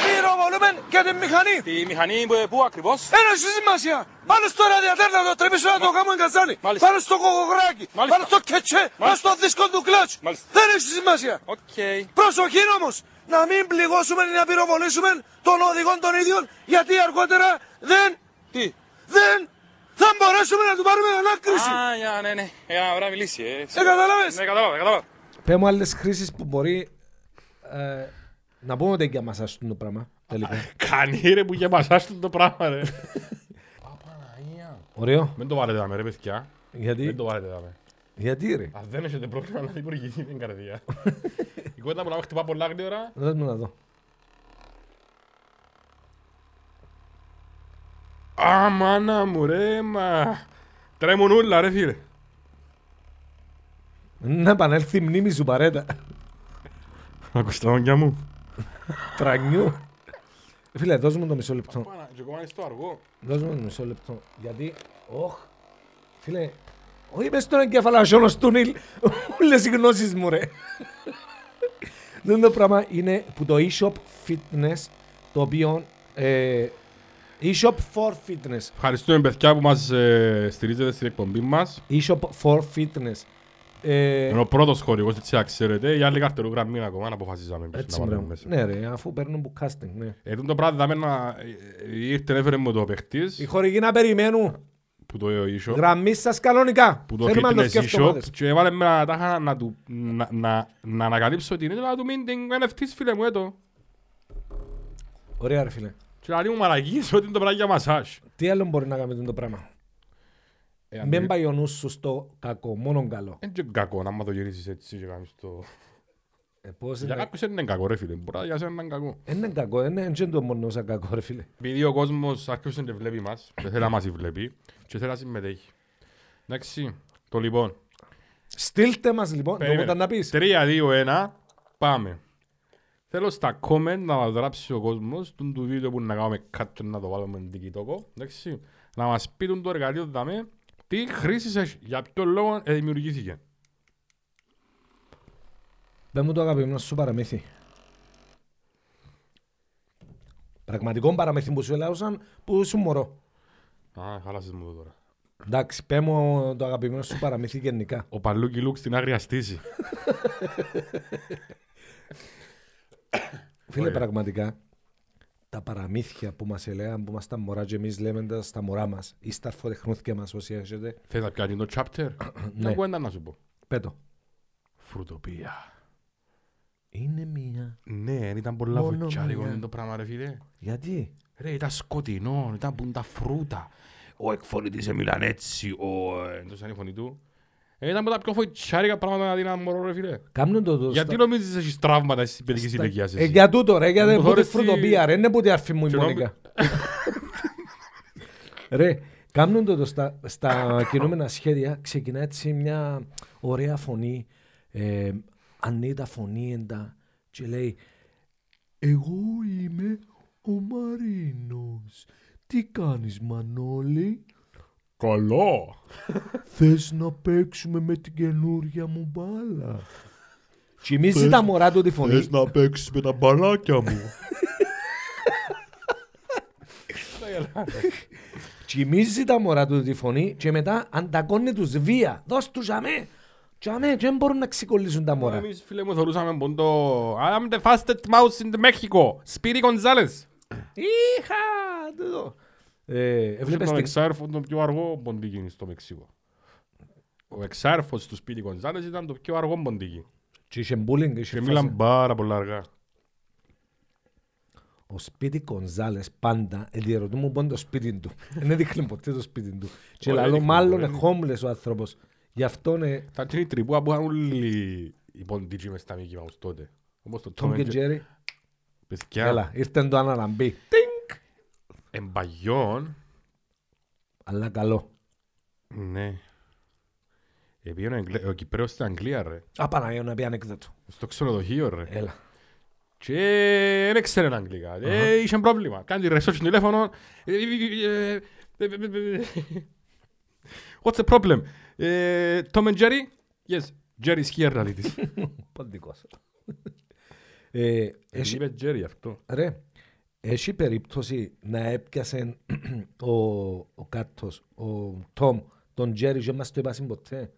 Speaker 3: πυροβολούμε και την μηχανή.
Speaker 4: Τη μηχανή που, που ακριβώς.
Speaker 3: Ένα έχει σημασία. Πάνω στο ραδιατέρ να το τρεμίσω να το κάνουμε καζάνι.
Speaker 4: Μάλιστα.
Speaker 3: Πάνω στο κοκοκράκι.
Speaker 4: Μάλιστα.
Speaker 3: Πάνω στο κετσέ. Πάνω στο δίσκο του κλατς.
Speaker 4: Μάλιστα.
Speaker 3: Δεν έχεις σημασία.
Speaker 4: Οκ.
Speaker 3: Προσοχή όμως. Να μην πληγώσουμε ή να πυροβολήσουμε των οδηγών των ίδιων. Γιατί αργότερα δεν,
Speaker 4: Τι.
Speaker 3: δεν θα μπορέσουμε να του πάρουμε ανάκριση.
Speaker 4: Α, για, ναι, ναι. Για να μπορεί να μιλήσει. Ε,
Speaker 3: Ε, καταλάβες.
Speaker 4: ναι, κατάλαβα, κατάλαβα.
Speaker 2: Πες μου άλλες χρήσεις που μπορεί ε, να πούμε ότι είναι για μας αυτό το πράγμα. Τελικά.
Speaker 1: Κανεί ρε που για μασάστον το πράγμα ρε.
Speaker 2: Ωραίο.
Speaker 1: Μην το βάλετε δάμε ρε παιδιά,
Speaker 2: Γιατί,
Speaker 1: μην το βάλετε δάμε.
Speaker 2: γιατί ρε.
Speaker 1: Αν δεν έχετε πρόβλημα να δημιουργηθεί την καρδιά. Η κότα μου να με χτυπά πολλά γρήγορα,
Speaker 2: Δώσ' μου να δω.
Speaker 1: Α, μάνα μου, ρε, μα. Τρέμουν όλα, ρε, φίλε.
Speaker 2: Να επανέλθει η μνήμη σου παρέτα.
Speaker 1: Ακούς τα όγκια μου.
Speaker 2: Τρανιού. Φίλε, δώσ' μου το μισό λεπτό.
Speaker 1: Και κομμάνει το αργό.
Speaker 2: Δώσ' μου το μισό λεπτό. Γιατί, όχ, φίλε, όχι μες στον εγκέφαλο ασιώνος του Νίλ, όλες οι γνώσεις μου ρε. Δεν το πράγμα είναι που το e-shop fitness, το οποίο, ε, e-shop for fitness,
Speaker 1: Ευχαριστούμε, παιδιά, που μας ε, στηρίζετε στην εκπομπή μας.
Speaker 2: e-shop for fitness. Ε,
Speaker 1: Είναι ο πρώτος χορηγός, έτσι να ξέρετε. Οι άλλοι καρτερού γραμμή ακόμα να αποφασίζαμε ποιος
Speaker 2: έτσι
Speaker 1: να
Speaker 2: μπράβο.
Speaker 1: βάλουμε μέσα.
Speaker 2: Ναι ρε, αφού παίρνουν που casting, ναι.
Speaker 1: Ε, τούτο πράγμα δάμε να... ε, Ήρθε, έφερε μου το
Speaker 2: Οι
Speaker 1: παίχτης,
Speaker 2: χορηγοί να περιμένουν
Speaker 1: που το e-shop.
Speaker 2: γραμμή σας κανονικά.
Speaker 1: που το
Speaker 2: Θέλουμε να το
Speaker 1: fitness e-shop
Speaker 2: σκεφτόμαστε.
Speaker 1: και έβαλε με ένα τάχα να- να, του, να, να, να ανακαλύψω ότι είναι και να του μην την NFTs φίλε μου έτω.
Speaker 2: Ωραία ρε φίλε.
Speaker 1: Και να λέει μου μαλαγείς ότι είναι το πράγμα για μασάζ.
Speaker 2: Τι άλλο μπορεί να κάνει το πράγμα.
Speaker 1: Ε, αν
Speaker 2: Μην
Speaker 1: το-
Speaker 2: πάει ο νους σου στο κακό, μόνο καλό.
Speaker 1: Είναι και κακό να το γυρίσεις έτσι και κάνεις το...
Speaker 2: Ε, πώς
Speaker 1: Για
Speaker 2: είναι... Ε,
Speaker 1: κάποιους είναι κακό ρε φίλε, μπορεί να για σένα είναι κακό.
Speaker 2: Είναι κακό, είναι είναι και το μόνο σαν κακό ρε φίλε.
Speaker 1: Επειδή ο κόσμος άρχισε να βλέπει μας, δεν θέλει να μας βλέπει και θέλει να συμμετέχει. Εντάξει, το λοιπόν.
Speaker 2: Στείλτε μας λοιπόν, το
Speaker 1: Περίμενε.
Speaker 2: όταν να πεις.
Speaker 1: 3-2-1, πάμε. Θέλω στα comment να γράψει ο κόσμος του του βίντεο που να κάνουμε κάτω να το βάλουμε στην TikTok, εντάξει, να μας πει τον το εργαλείο δαμέ τι χρήση έχει, για ποιο λόγο ε, δημιουργήθηκε.
Speaker 2: Πες μου το αγαπημένο σου παραμύθι. Πραγματικό παραμύθι που σου έλαωσαν που σου μωρό.
Speaker 1: Α, χάλασες μου το τώρα.
Speaker 2: Εντάξει, πες μου το αγαπημένο σου παραμύθι γενικά.
Speaker 1: Ο Παλούκι Λουκ στην άγρια στήση.
Speaker 2: Φίλε,
Speaker 1: Ωραία.
Speaker 2: πραγματικά, τα παραμύθια που μας έλεγαν, που μας τα μωρά και εμείς λέμε τα στα μωρά μας ή στα αρφοτεχνούθηκια μας όσοι έχετε,
Speaker 1: Θες να πιάνει το chapter, να κουέντα να σου πω.
Speaker 2: πέτω.
Speaker 1: Φρουτοπία.
Speaker 2: Είναι μία.
Speaker 1: Ναι, ήταν πολλά
Speaker 2: Μόνο
Speaker 1: βουτσάρικο
Speaker 2: μία.
Speaker 1: είναι το πράγμα ρε φίλε.
Speaker 2: Γιατί?
Speaker 1: Ρε, ήταν σκοτεινό, ήταν που τα φρούτα. Ο εκφωνητής έμιλαν έτσι, ο... ε, Εντός ήταν η φωνή του. Ε, ήταν από τα πιο φοητσάρικα πράγματα να δει ένα μωρό ρε φίλε.
Speaker 2: Κάμνουν το το
Speaker 1: Γιατί
Speaker 2: στα-
Speaker 1: νομίζεις έχεις τραύματα στις παιδικής
Speaker 2: στα-
Speaker 1: ηλικίας
Speaker 2: Ε,
Speaker 1: εσύ.
Speaker 2: για τούτο ρε, για
Speaker 1: Μου
Speaker 2: δεν πω τη
Speaker 1: θόρεσαι-
Speaker 2: φρουτοπία ρε, είναι που τη αρφή μου η
Speaker 1: Και νόμι-
Speaker 2: Μόνικα. Ρε, κάμνουν το το στα, στα κινούμενα σχέδια, ξεκινά έτσι μια ωραία φωνή, ε, ανίτα φωνή εντά και λέει «Εγώ είμαι ο Μαρίνος, τι κάνεις Μανώλη,
Speaker 1: Καλό.
Speaker 2: θες να παίξουμε με την καινούρια μου μπάλα». Τσιμίζει τα μωρά του τη φωνή.
Speaker 5: να παίξεις με τα μπαλάκια μου.
Speaker 2: Τσιμίζει τα μωρά του τη φωνή και μετά αντακώνει τους βία. Δώσ' τους αμέ. Και αμέ, και δεν μπορούν να ξεκολλήσουν τα μωρά.
Speaker 1: Εμείς φίλε μου θεωρούσαμε ποντό. I'm the fastest mouse in Mexico. Σπύρι Gonzales.
Speaker 2: Είχα! τούτο. Ε,
Speaker 1: Βλέπεις
Speaker 2: Έβλεπες
Speaker 1: τον
Speaker 2: την...
Speaker 1: εξάρφο τον πιο αργό ποντίκι στο Μεξικό. Ο εξάρφος τους Σπύρι Gonzales ήταν το πιο αργό ποντίκι.
Speaker 2: Και είχε bullying,
Speaker 1: Και
Speaker 2: είχε φάση.
Speaker 1: μίλαν πάρα πολλά αργά.
Speaker 2: Ο σπίτι Κονζάλες πάντα, ε, διερωτούν μου πού είναι το σπίτι του. Δεν έδειχνε ποτέ το σπίτι του. Και
Speaker 1: Ωραία,
Speaker 2: λαλό
Speaker 1: δείχνει,
Speaker 2: μάλλον
Speaker 1: ωραία. ναι.
Speaker 2: είναι homeless ο άνθρωπος. Γι' αυτό είναι
Speaker 1: Τα τσινή τρυπούα που είχαν όλοι οι ποντίκοι μες στα Mickey Mouse τότε. Όπως το
Speaker 2: Tom
Speaker 1: Tom
Speaker 2: και
Speaker 1: and Jerry.
Speaker 2: Jerry.
Speaker 1: Παιδιά,
Speaker 2: Έλα, ήρθε το αναλαμπή.
Speaker 1: εμπαγιών,
Speaker 2: Αλλά καλό.
Speaker 1: ναι. Επειδή ο Κυπρέος στην Αγγλία ρε,
Speaker 2: Απαναγία να πει ανέκδοτο.
Speaker 1: στο ξενοδοχείο ρε.
Speaker 2: Έλα.
Speaker 1: Και δεν ήξερε αγγλικά. Ε, Είχε πρόβλημα. Κάνει research στο τηλέφωνο. Ε, ε, ε, ε, ε, ε, ε, What's the problem? Ε, Tom and Jerry? Yes, Jerry is here, λέει της.
Speaker 2: Ποντικός. Ε, έχει-
Speaker 1: Είπε Jerry αυτό.
Speaker 2: Ρε, έχει περίπτωση να έπιασε ο, ο κάτος, ο Τόμ, τον Τζέρι και μας το είπασαν ποτέ.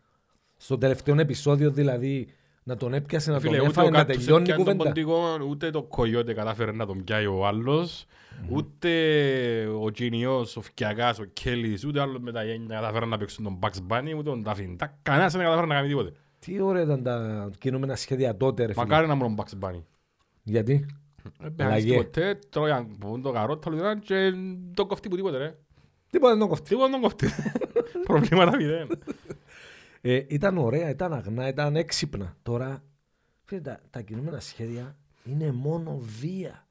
Speaker 2: Στο τελευταίο επεισόδιο δηλαδή, να τον έπιασε, να
Speaker 1: Φίλε, ούτε
Speaker 2: τον
Speaker 1: ο
Speaker 2: έφαγε, να
Speaker 1: κάτος
Speaker 2: τελειώνει η
Speaker 1: έπιανε τον
Speaker 2: κουβέντα.
Speaker 1: ποντικό, ούτε το κογιότε κατάφερε να τον πιάει ο άλλος, ούτε ο Κινιός, ο Φτιακάς, ο Κέλλης, ούτε άλλος με τα γένια κατάφεραν να παίξουν τον Bugs Bunny, ούτε τον Daffy Duck. Κανένας δεν κατάφερε να κάνει τίποτε.
Speaker 2: Τι ωραία ήταν τα κινούμενα σχέδια τότε ρε Ε, φίλε. Ε,
Speaker 1: Μακάρι να ήμουν ο Bugs Bunny.
Speaker 2: Γιατί,
Speaker 1: Δεν πειράζει
Speaker 2: Αλλαγέ.
Speaker 1: τίποτε, τρώγαν πούν το καρόταλο ήταν και δεν τον κοφτεί που τίποτε ρε.
Speaker 2: τίποτα δεν το κοφτεί.
Speaker 1: Τίποτα δεν τον κοφτεί. Προβλήματα μηδέν.
Speaker 2: Ε, ήταν ωραία, ήταν αγνά, ήταν έξυπνα. Τώρα, φίλε, τα, τα κινούμενα σχέδια είναι μόνο βία.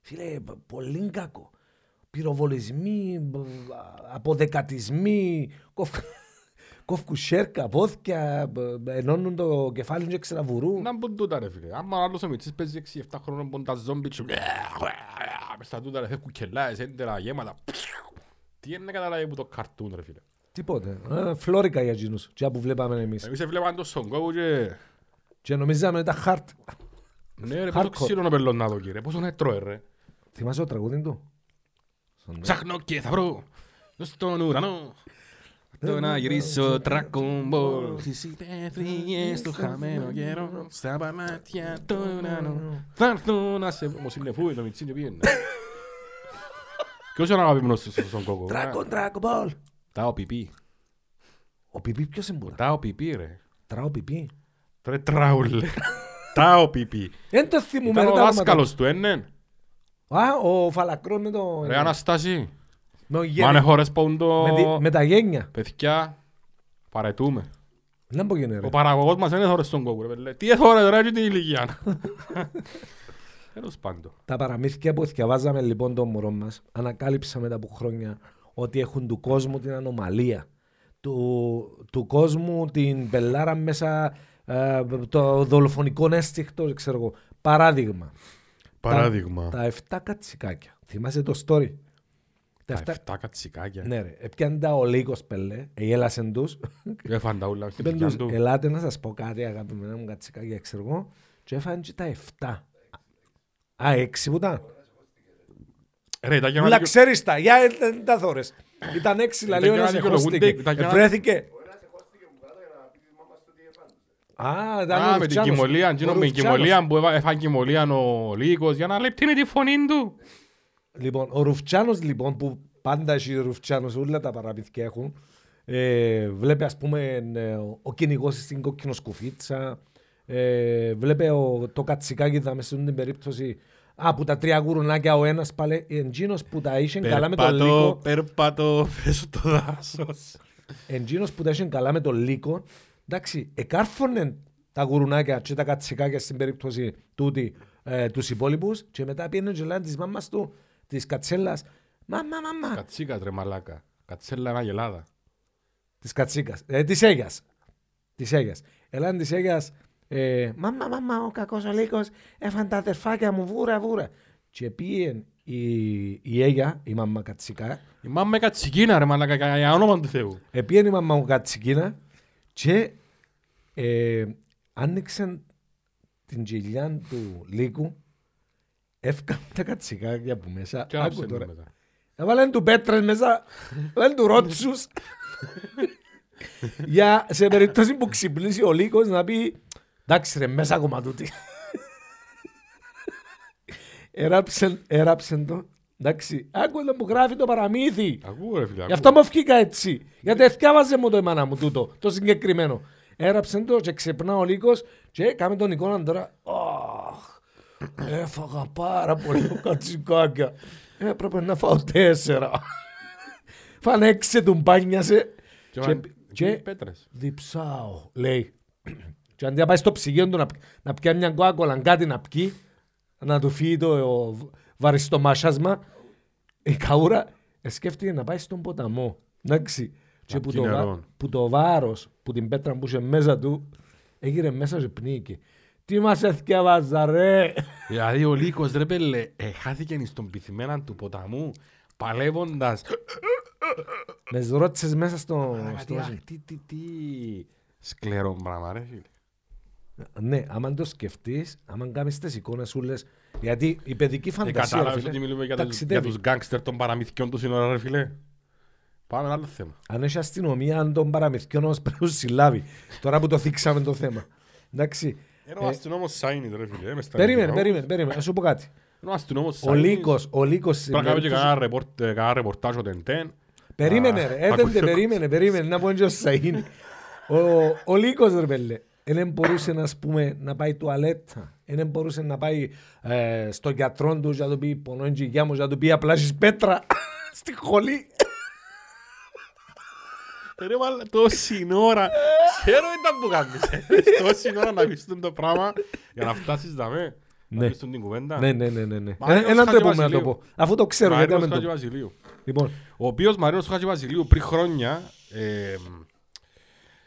Speaker 2: Φίλε, π- πολύ κακό. πυροβολισμοί, μπ, αποδεκατισμοί, κοφ- κόφκουν σέρκα, πόθηκια, μπ, ενώνουν το κεφάλι και ξεραβουρούν.
Speaker 1: Να μπουν τούτα ρε φίλε. Άμα ο άλλος ο Μιτσής παίζει 6-7 χρόνων πόντα ζόμπι και μες στα τούτα ρε φεύγουν κελάες, έντερα, γέματα. Τι είναι να καταλάβει που το καρτούν ρε φίλε.
Speaker 2: Τίποτε. Ε, Φλόρικα για εκείνους, τζιά που βλέπαμε εμείς.
Speaker 1: Εμείς έβλεπαν το στον κόβο και...
Speaker 2: Και νομίζαμε ήταν χάρτ.
Speaker 1: Ναι ρε, πόσο
Speaker 2: Hardcore.
Speaker 1: ξύλο να πελώ να δω κύριε, πόσο να τρώε ρε.
Speaker 2: Θυμάσαι το τραγούδι του.
Speaker 1: Ψάχνω και θα βρω στον ουρανό. Το να γυρίσω τρακομπόλ στις υπαίθριες του χαμένο καιρό Στα παλάτια του ουρανού Θα έρθω να σε... Μου συννεφούει το Μιτσί και πήγαινε Ποιος είναι ο αγαπημένος σου στον κόκο ε?
Speaker 2: Dragon Dragon Ball.
Speaker 1: Τα ΟΠΙΠΗ.
Speaker 2: Ο Πιπί ποιος είναι που
Speaker 1: Τα ΟΠΙΠΗ ρε.
Speaker 2: Τράω Πιπί.
Speaker 1: Τρε τράουλε. Τα ΟΠΙΠΗ.
Speaker 2: Δεν το θυμούμαι.
Speaker 1: Ήταν
Speaker 2: ρε,
Speaker 1: ο
Speaker 2: τα όνοματα.
Speaker 1: δάσκαλος του, έννεν.
Speaker 2: Α, ο Φαλακρόν με το...
Speaker 1: Ρε Αναστάση.
Speaker 2: με ο
Speaker 1: Μάνε
Speaker 2: γέννη-
Speaker 1: χώρες πούν
Speaker 2: με
Speaker 1: το...
Speaker 2: τη- Με τα γένια.
Speaker 1: Παιδιά, παρετούμε.
Speaker 2: Να πω γενναι ρε.
Speaker 1: Ο παραγωγός μας δεν έθωρε στον κόκκουρο. πέλε. Τι έθωρε ρε και την ηλικία. Τέλος πάντων.
Speaker 2: Τα παραμύθια που διαβάζαμε λοιπόν των μωρών μα, ανακάλυψα μετά από χρόνια ότι έχουν του κόσμου την ανομαλία. Του, του κόσμου την πελάρα μέσα, ε, το δολοφονικό έστιχτο, ξέρω εγώ. Παράδειγμα.
Speaker 1: Παράδειγμα.
Speaker 2: Τα, τα 7 κατσικάκια. Θυμάσαι το story. Τα
Speaker 1: Τα
Speaker 2: 7.
Speaker 1: εφτά κατσικάκια.
Speaker 2: Ναι, ρε. Έπιαν τα ο Λίκος, πελέ, γέλασαν τους.
Speaker 1: Έφαν τα ούλα Ε, στην
Speaker 2: Είπαν
Speaker 1: δικιά
Speaker 2: τους,
Speaker 1: του.
Speaker 2: ελάτε να σας πω κάτι αγαπημένα μου κατσικάκια, ξέρω εγώ. Και έφαγαν και τα 7. Α, 6 που ήταν.
Speaker 1: Ρε, τα
Speaker 2: Ούλα
Speaker 1: γεμάτα και-
Speaker 2: ξέρεις τα, για ε, δεν τα θόρες. Ήταν έξι, λαλεί ο
Speaker 1: για να
Speaker 2: ένας
Speaker 1: δικαιολογούνται,
Speaker 2: εχώστηκε.
Speaker 1: ήταν για να-
Speaker 2: Βρέθηκε. Α, ήταν
Speaker 1: Α,
Speaker 2: ο
Speaker 1: με την
Speaker 2: Ρουφτσιάνος.
Speaker 1: κοιμωλία,
Speaker 2: Ο
Speaker 1: εκείνος με την
Speaker 2: Ρουφτσιάνος.
Speaker 1: κοιμωλία που έφα- έφαγε κοιμωλία ο Λύκος για να λεπτύνει τη φωνή του.
Speaker 2: Λοιπόν, ο Ρουφτσάνος λοιπόν που πάντα έχει Ρουφτσάνος, όλα τα παραπηθήκια έχουν. Ε, βλέπει ας πούμε ε, ο- ο κυνηγός στην κόκκινο σκουφίτσα. Ε, βλέπει ο, το κατσικάκι θα μες στην περίπτωση Α, που τα τρία γουρουνάκια ο ένας πάλι, εντζίνος που τα είχε καλά με τον Λύκο,
Speaker 1: περπατώ, πες το δάσος.
Speaker 2: Εντζίνος που τα είχε καλά με τον Λύκο, εντάξει, εκάρφωνε τα γουρουνάκια και τα κατσικάκια στην περίπτωση τούτη ε, τους υπόλοιπους και μετά πήγαινε και λένε της μάμας του, της κατσέλας, μαμά, μαμά,
Speaker 1: Κατσίκα τρε μαλάκα. Κατσέλα είναι αγελάδα.
Speaker 2: της κατσίκας, ε, της Αίγιας, της Αίγιας. Ελάνε της Αίγιας, ε, μαμά, μαμά, ο κακός ο Λύκος έφαν τα αδερφάκια μου, βούρα, βούρα. Και πήγαινε η, η Αίγια, η μαμά κατσικά,
Speaker 1: Η μάμα είναι κατσικίνα ρε μαλάκα για- για όνομα του Θεού.
Speaker 2: Επίενε η μαμά μου κατσικίνα και ε, άνοιξαν την κοιλιά του λύκου, έφκαν τα κατσικάκια από μέσα.
Speaker 1: Και
Speaker 2: Άκου
Speaker 1: άψε
Speaker 2: τώρα.
Speaker 1: το μετά.
Speaker 2: Έβαλαν του πέτρες μέσα, έβαλαν του ρότσους. Για σε περίπτωση που ξυπνήσει ο λύκος να πει «Εντάξει ρε, μέσα ακόμα τούτη». Εράψεν, εράψεν το. Εντάξει, άκου να μου γράφει το παραμύθι.
Speaker 1: Ακούω ρε φίλε,
Speaker 2: Γι'
Speaker 1: ακούω.
Speaker 2: αυτό μου βγήκα έτσι. Γιατί εθιάβαζε μου το εμάνα μου τούτο, το συγκεκριμένο. Έραψε το και ξυπνά ο λύκος και έκαμε τον εικόνα τώρα. Αχ, έφαγα πάρα πολύ κατσικάκια. Έπρεπε να φάω τέσσερα. Φάνε έξι του μπάνιασε
Speaker 1: Και
Speaker 2: και,
Speaker 1: μα-
Speaker 2: και
Speaker 1: πέτρες.
Speaker 2: διψάω, λέει. και αντί να πάει στο ψυγείο του να, π- να πιάνει μια κόκολα, κάτι να πιει, να του φύγει το ο, β- βαριστομάσιασμα, η καούρα ε, σκέφτηκε να πάει στον ποταμό. Εντάξει. Και που
Speaker 1: πιει
Speaker 2: το, βα,
Speaker 1: νερό.
Speaker 2: που το βάρος, που την πέτρα που είχε μέσα του, έγινε μέσα και πνίγηκε. Τι μας εθιαβάζα ρε.
Speaker 1: Δηλαδή ο Λύκος ρε πέλε ε, χάθηκε στον πυθυμένα του ποταμού παλεύοντας.
Speaker 2: Μες ρώτησες μέσα στο...
Speaker 1: Μαλάκα,
Speaker 2: στο
Speaker 1: τι- αχ, Τι τι τι ε, σκληρό πράγμα ρε φίλε. Ε,
Speaker 2: ναι, άμα το σκεφτείς, άμα κάνεις τις εικόνες όλες, γιατί η παιδική
Speaker 1: Ε,
Speaker 2: φαντασία, ρε
Speaker 1: Κατάλαβες
Speaker 2: φίλε,
Speaker 1: ότι μιλούμε για τους- για
Speaker 2: ταξιδεύει.
Speaker 1: τους γκάγκστερ των παραμυθιών του σύνορα ρε φίλε. Πάμε ένα άλλο θέμα.
Speaker 2: Αν έχει αστυνομία, αν τον παραμυθιών όμως πρέπει να τους συλλάβει. Τώρα που το θίξαμε το θέμα. Εντάξει.
Speaker 1: Ενώ ο αστυνόμος Σάινιτ ρε φίλε. ε, μες στα
Speaker 2: Ε, Περίμενε,
Speaker 1: νερά.
Speaker 2: περίμενε, περίμενε. Να σου πω κάτι.
Speaker 1: Ενώ ο αστυνόμος
Speaker 2: Ο
Speaker 1: Σάινιτ-
Speaker 2: Λύκος, ο Λύκος...
Speaker 1: Πρέπει να κάνουμε και
Speaker 2: συνέλθος-
Speaker 1: κανένα ρεπορτ- κανένα ρεπορτάζ ο Τεντέν.
Speaker 2: Περίμενε,
Speaker 1: Α,
Speaker 2: ρε.
Speaker 1: ακούω.
Speaker 2: Έτεντε, περίμενε, περίμενε. Να πω και ο Σαΐνι. Ο- Ο Λύκος, ρε πέλε. Δεν μπορούσε να, ας πούμε, να πάει τουαλέτα. Δεν μπορούσε να πάει ε, στον γιατρό του για να του πει πονώ η γιαγιά μου, για να του πει απλά έχεις πέτρα στη χολή.
Speaker 1: Ρε βάλε τόση ώρα. Ξέρω ήταν που κάνεις. ε. Τόση ώρα να πεις το πράγμα για να φτάσεις δαμέ. Να
Speaker 2: Ναι.
Speaker 1: πεις τον την κουβέντα.
Speaker 2: Ναι, ναι, ναι. ναι, ναι.
Speaker 1: Μαρίνος
Speaker 2: Ε, Έναν
Speaker 1: Χατζη
Speaker 2: το επόμενο να το
Speaker 1: Βασιλείου.
Speaker 2: πω. Αφού το ξέρω, γιατί να
Speaker 1: Μαρίνος
Speaker 2: μην το
Speaker 1: Χατζη
Speaker 2: πω.
Speaker 1: Βασιλείου.
Speaker 2: Λοιπόν,
Speaker 1: Ο οποίος Μαρίνος Χατζη Βασιλείου πριν χρόνια ε,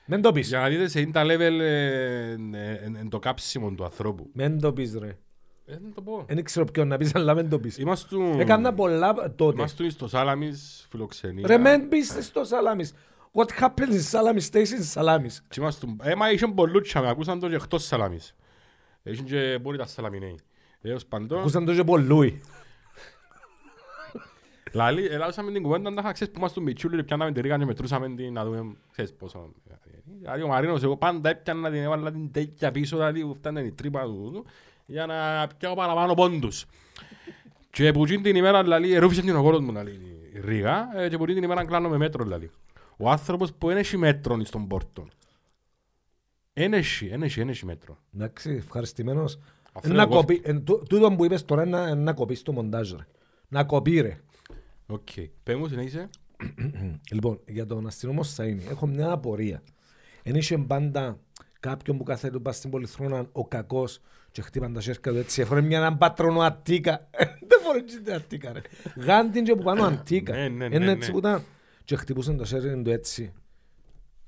Speaker 2: μην το πεις.
Speaker 1: Για να δείτε σε inta level ε, ε, ε, εν το κάψιμο του ανθρώπου.
Speaker 2: Μην το πεις, ρε.
Speaker 1: Ε, δεν το πω.
Speaker 2: Δεν ξέρω ποιον να πεις, αλλά μην το πεις.
Speaker 1: Είμαστούν...
Speaker 2: Ε, Έκανα πολλά τότε.
Speaker 1: Είμαστε στο Σάλαμις, φιλοξενία.
Speaker 2: Ρε, μην πεις στο Σαλάμις. What happens in Salamis stays in Salamis.
Speaker 1: Και ήμαστουν- Ε, μα είχαν πολλούτσα, με ακούσαν το και εκτός Σάλαμις. Είχαν και μπορεί τα Σαλαμινέοι. Έως παντός.
Speaker 2: Ακούσαν το και πολλούι.
Speaker 1: Λαλή, ελάσαμε την κουβέντα, να ξέρεις που ήμαστούν μητσούλοι και πιάναμε τη ρίγα και μετρούσαμε την να δούμε, ξέρεις πόσο. Δηλαδή ο Μαρίνος, εγώ πάντα έπιανα την έβαλα την τέτοια πίσω, δηλαδή φτάνε η τρύπα του, για να πιάω παραπάνω πόντους. Και που εκείνη την ημέρα λαλεί, ερούφησε την ο κόρος μου λαλεί, η Ρίγα ε, και που εκείνη την ημέρα κλάνω με μέτρο λαλεί. Ο άνθρωπος που δεν έχει μέτρο στον πόρτο. Εν έχει, εν έχει, εν έχει μέτρο.
Speaker 2: Εντάξει, ευχαριστημένος.
Speaker 1: Αυτό
Speaker 2: Να
Speaker 1: εγώ-
Speaker 2: κοπεί. ε, τού- Τούτο που είπες τώρα είναι να- να κοπείς στο μοντάζ, ρε. Να κοπεί, ρε.
Speaker 1: Οκ. Πες μου συνέχισε.
Speaker 2: Λοιπόν, για τον αστυνόμο Σαΐνη, έχω μια απορία. Εν είχε πάντα κάποιον που καθέτου πας στην πολυθρόνα ο κακός και χτύπαν τα σέρκα του έτσι. Έφερε μια έναν πατρόνο αντίκα. Δεν φορεί την αντίκα ρε. Γάντιν και που πάνω αντίκα.
Speaker 1: Ναι, ναι, ναι,
Speaker 2: Είναι έτσι
Speaker 1: ναι.
Speaker 2: που ήταν. Και χτυπούσαν τα σέρκα του έτσι.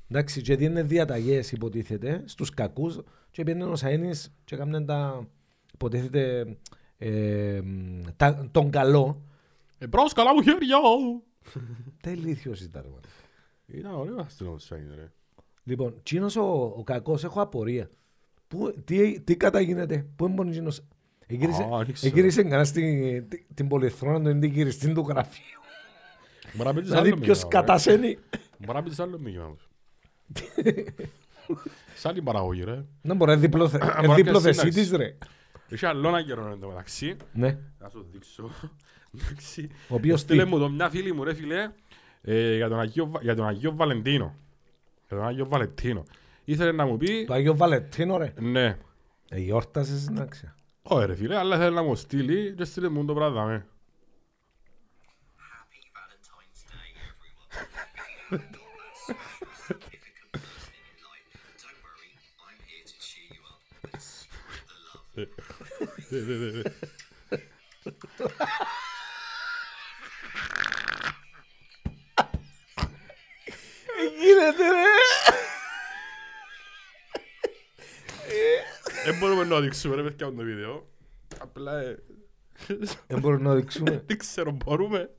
Speaker 2: Εντάξει, και είναι διαταγές υποτίθεται στους κακούς και πήγαινε ο Σαΐνης και έκανε τα υποτίθεται ε, τα- τον καλό.
Speaker 1: Ε, πρόσκαλα μου χέρια.
Speaker 2: Τελήθιος ήταν. ρε, μάνα.
Speaker 1: Ήταν ωραίο αστυνόμος σαν είναι ρε.
Speaker 2: Λοιπόν, τσίνος ο, ο κακός, έχω απορία. Πού, τι, τι καταγίνεται, πού είναι τσίνος. Εγύρισε,
Speaker 1: Α, δεν ξέρω.
Speaker 2: εγύρισε κανένας στην, την, την πολυθρόνα του, είναι την κυριστή του γραφείου.
Speaker 1: Μπορεί να πεις
Speaker 2: δηλαδή,
Speaker 1: άλλο
Speaker 2: ποιος
Speaker 1: μήνυμα, ρε.
Speaker 2: κατασένει.
Speaker 1: Μπορεί να πεις άλλο μήνυμα όμως. Σαν την παραγωγή ρε.
Speaker 2: Να μπορεί, διπλο,
Speaker 1: μπορεί να
Speaker 2: διπλο
Speaker 1: πιάσει
Speaker 2: θεσί
Speaker 1: σύνταξη.
Speaker 2: τη, ρε.
Speaker 1: Είχε άλλο ένα καιρό εν τω μεταξύ.
Speaker 2: Ναι.
Speaker 1: Να σου δείξω. Εντάξει.
Speaker 2: Ο οποίος
Speaker 1: Στείλε
Speaker 2: τι?
Speaker 1: μου το μια φίλη μου ρε φίλε ε, για τον Αγίο Βα- για τον Αγίο Βαλεντίνο. Για τον Αγίο Βαλεντίνο. Ήθελε να μου πει...
Speaker 2: Το Άγιο Βαλετίνο, ρε.
Speaker 1: Ναι.
Speaker 2: Ε, γιόρτασες, εντάξει.
Speaker 1: Όχι ρε φίλε, αλλά ήθελε να μου στείλει και στείλε μου το πράγμα. ε.
Speaker 6: Don't worry, I'm here to cheer you up.
Speaker 2: Γίνεται, ρε.
Speaker 1: Δεν μπορούμε να δείξουμε ρε παιδιά το βίντεο. Απλά ε,
Speaker 2: Δεν μπορούμε να δείξουμε.
Speaker 1: δεν ξέρω μπορούμε.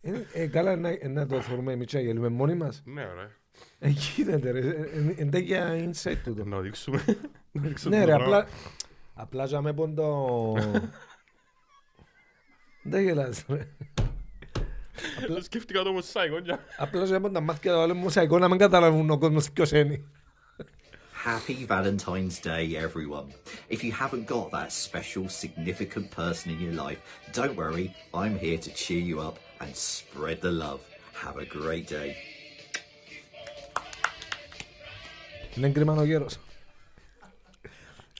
Speaker 2: Ε, ε, καλά, να, να το θεωρούμε εμεί, γελούμε μόνοι μα.
Speaker 1: Ναι ρε.
Speaker 2: Ε, γίνεται, ρε. Ε, ε, Είναι τέτοια insight τούτο.
Speaker 1: Να δείξουμε. Να δείξουμε
Speaker 2: Ναι
Speaker 1: το
Speaker 2: ρε,
Speaker 1: πράγμα.
Speaker 2: απλά... Απλά για με ποντο... Δεν γελάς ρε.
Speaker 1: Σκέφτηκα το όμως σαν γόνια.
Speaker 2: Απλά για με τα μάτια του άλλου μουσαϊκό να μην καταλαβούν ο κόσμος ποιος είναι.
Speaker 6: Happy Valentine's Day, everyone. If you haven't got that special, significant person in your life, don't worry, I'm here to cheer you up and spread the love. Have a great day.
Speaker 2: Είναι κρυμμένο ο γέρος.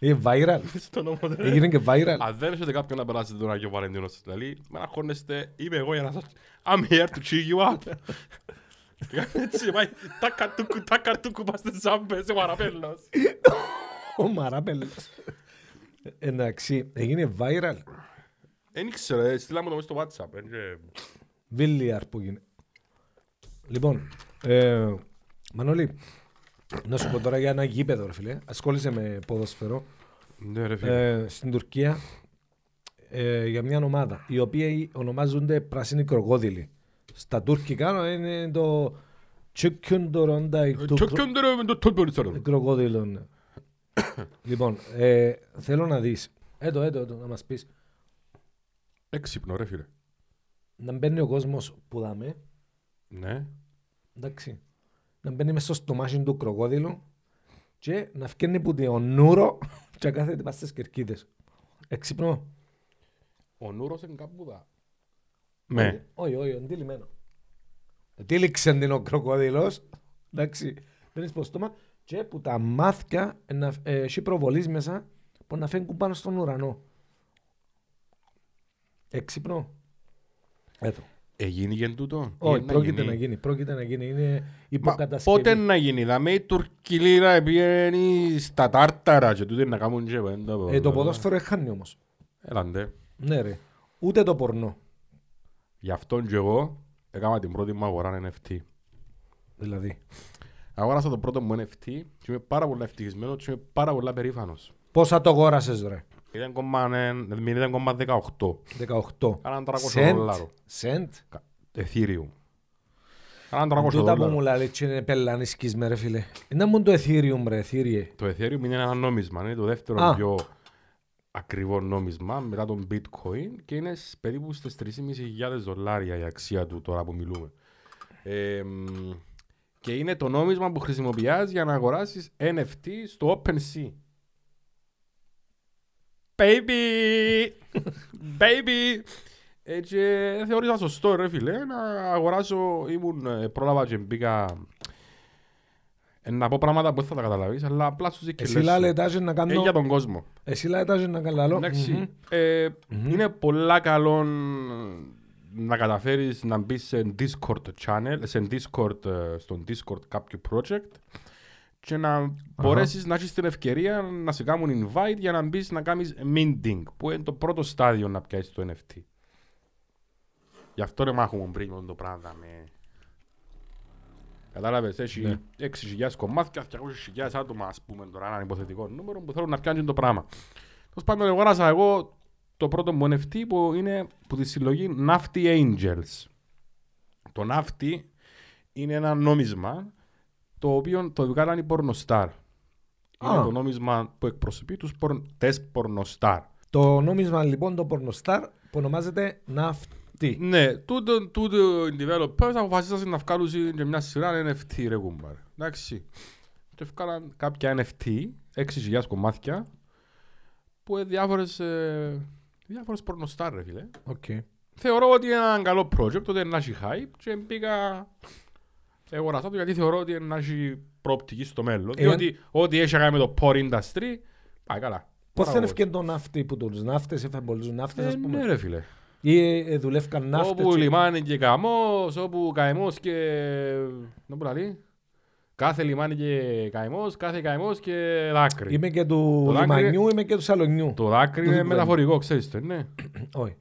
Speaker 2: Είναι viral.
Speaker 1: Στον νόμο ρε.
Speaker 2: Έγινε και viral.
Speaker 1: Αν δεν έχετε κάποιον να περάσετε τον Άγιο Βαλεντίνο σας, δηλαδή, με να χώνεστε, είμαι εγώ για να σας... I'm here to cheer you up. Έτσι, πάει, τάκα τούκου, τάκα τούκου, πας στις ζάμπες, ο Αραπέλος.
Speaker 2: Ο Μαράπελος. Εντάξει, έγινε viral.
Speaker 1: Δεν ήξερα, ε, στείλα μου το μέσα στο WhatsApp. ε, και-
Speaker 2: Βίλιαρ που γίνει. Λοιπόν, ε, Μανώλη, να σου πω τώρα για ένα γήπεδο ρε φίλε. Ασχόλησε με ποδοσφαιρό.
Speaker 1: Ναι ρε φίλε.
Speaker 2: ε, στην Τουρκία ε, για μια ομάδα οι οποίοι ονομάζονται πράσινοι κροκόδιλοι. Στα τουρκικά είναι το Τσικιουντορόντα
Speaker 1: Ε, τσο κιόντε ρε, με το τόλπο ρε, ρε.
Speaker 2: κροκόδιλων. λοιπόν, ε, θέλω να δεις. Έτω, έτω, έτω, να μας πεις.
Speaker 1: Έξυπνο ρε φίλε.
Speaker 2: Να μπαίνει ο κόσμος που δάμε,
Speaker 1: Ναι.
Speaker 2: εντάξει. Να μπαίνει μέσα στο στομάχι του κροκόδιλου και να φκένει που τον νούρο και να κάθεται πάνω στις κερκίδες. Εξυπνώ.
Speaker 1: Ο Νούρος είναι κάπου δα. Ναι.
Speaker 2: Όχι, όχι, εντυλιμένο. Τύλιξε την ο κροκοδίλο. Εντάξει. Μπαίνει στο στόμα και που τα μάθηκα να ε, έχει προβολής μέσα που να φέγγουν πάνω στον ουρανό. Εξυπνό. Έτω.
Speaker 1: Εγίνηκε τούτο.
Speaker 2: Όχι,
Speaker 1: Ή
Speaker 2: πρόκειται να γίνει. Πρόκειται να γίνει. Είναι
Speaker 1: Μα
Speaker 2: υποκατασκευή.
Speaker 1: πότε να γίνει, δαμε η τουρκική λίρα πήγαινε στα τάρταρα και τούτε να κάνουν και πέντα.
Speaker 2: Ε, το ποδόσφαιρο έχανε όμως.
Speaker 1: Έλαντε.
Speaker 2: Ναι, ρε. Ούτε το πορνό.
Speaker 1: Γι' αυτόν και εγώ έκανα την πρώτη μου αγορά NFT.
Speaker 2: Δηλαδή.
Speaker 1: Αγόρασα το πρώτο μου NFT και είμαι πάρα πολύ ευτυχισμένος και είμαι πάρα πολύ περήφανος.
Speaker 2: Πόσα το αγόρασες, ρε.
Speaker 1: 0,18
Speaker 2: 18.
Speaker 1: Κάναν 300
Speaker 2: Σεντ.
Speaker 1: δολάρου.
Speaker 2: Σεντ.
Speaker 1: Κα- Ethereum. Κάναν 300
Speaker 2: Τούτα που μου
Speaker 1: δολάρια.
Speaker 2: λέει έτσι είναι πελανίσκης με ρε φίλε. Είναι μόνο το Ethereum ρε, Ethereum.
Speaker 1: Το Ethereum είναι ένα νόμισμα, είναι το δεύτερο
Speaker 2: Α.
Speaker 1: πιο ακριβό νόμισμα μετά τον bitcoin και είναι σ- περίπου στις 3.500 δολάρια η αξία του τώρα που μιλούμε. Ε, μ, και είναι το νόμισμα που χρησιμοποιάς για να αγοράσεις NFT στο OpenSea. Baby! Baby! Έτσι, ε, θεώρησα σωστό ρε φίλε, να αγοράσω, ήμουν, ε, πρόλαβα και μπήκα ε, να πω πράγματα που δεν θα τα καταλαβείς, αλλά απλά σου
Speaker 2: Εσύ
Speaker 1: ζητήσω.
Speaker 2: λέει τάζεις να
Speaker 1: Ε, για
Speaker 2: κάνω...
Speaker 1: τον κόσμο.
Speaker 2: Εσύ λέει τάζεις να καλαλώ.
Speaker 1: Εντάξει,
Speaker 2: Μμμ.
Speaker 1: ε, Είναι πολλά καλό να καταφέρεις να μπεις σε Discord channel, σε Discord, ε, στον Discord κάποιο project και να μπορέσεις να έχεις την ευκαιρία να σε κάνουν invite για να μπεις να κάνεις minting που είναι το πρώτο στάδιο να πιάσεις το NFT. Γι' αυτό ρε μάχομαι πριν με το πράγμα. Με... Κατάλαβες,
Speaker 2: Ναι.
Speaker 1: έχει 6.000 κομμάτια, 200.000 άτομα ας πούμε τώρα, ένα υποθετικό νούμερο που θέλουν να πιάνουν το πράγμα. Τέλος πάντων, αγοράσα εγώ το πρώτο μου NFT που είναι που τη συλλογή Nafty Angels. Το Nafty είναι ένα νόμισμα το οποίο το βγάλαν οι πορνοστάρ. Είναι
Speaker 2: Α.
Speaker 1: το νόμισμα που εκπροσωπεί τους πορν, τες πορνοστάρ.
Speaker 2: Το νόμισμα λοιπόν το πορνοστάρ που ονομάζεται ναυτή.
Speaker 1: Ναι, τούτο, τούτο οι developers αποφασίσαν να βγάλουν και μια σειρά NFT ρε κουμπάρ. Εντάξει. Και βγάλαν κάποια NFT, 6.000 κομμάτια, που είναι διάφορες, ε, διάφορες πορνοστάρ ρε φίλε.
Speaker 2: Οκ.
Speaker 1: θεωρώ ότι είναι ένα καλό project, ότι είναι να έχει hype και μπήκα αγοραστά του γιατί θεωρώ ότι είναι να έχει προοπτική στο μέλλον.
Speaker 2: Ε,
Speaker 1: Διότι ό,τι έχει να κάνει με το porn industry, πάει καλά.
Speaker 2: Πώς
Speaker 1: Παραγωγός.
Speaker 2: δεν ευκαιρνεί το ναύτη που τους ναύτες, έφερε πολλούς ναύτες
Speaker 1: Ε,
Speaker 2: ας
Speaker 1: ναι
Speaker 2: πούμε.
Speaker 1: ρε φίλε.
Speaker 2: Ή ε, ε, δουλεύκαν ναύτες.
Speaker 1: Όπου
Speaker 2: και-
Speaker 1: λιμάνι και καμός, όπου καημός και... Να που λαλεί. Κάθε λιμάνι και καημός, κάθε καημός και δάκρυ.
Speaker 2: Είμαι και του
Speaker 1: Το δάκρυ-
Speaker 2: λιμανιού, είμαι και του σαλονιού.
Speaker 1: Το δάκρυ
Speaker 2: Το
Speaker 1: είναι
Speaker 2: δίπλα
Speaker 1: μεταφορικό, ξέρεις το, ναι.
Speaker 2: Όχι.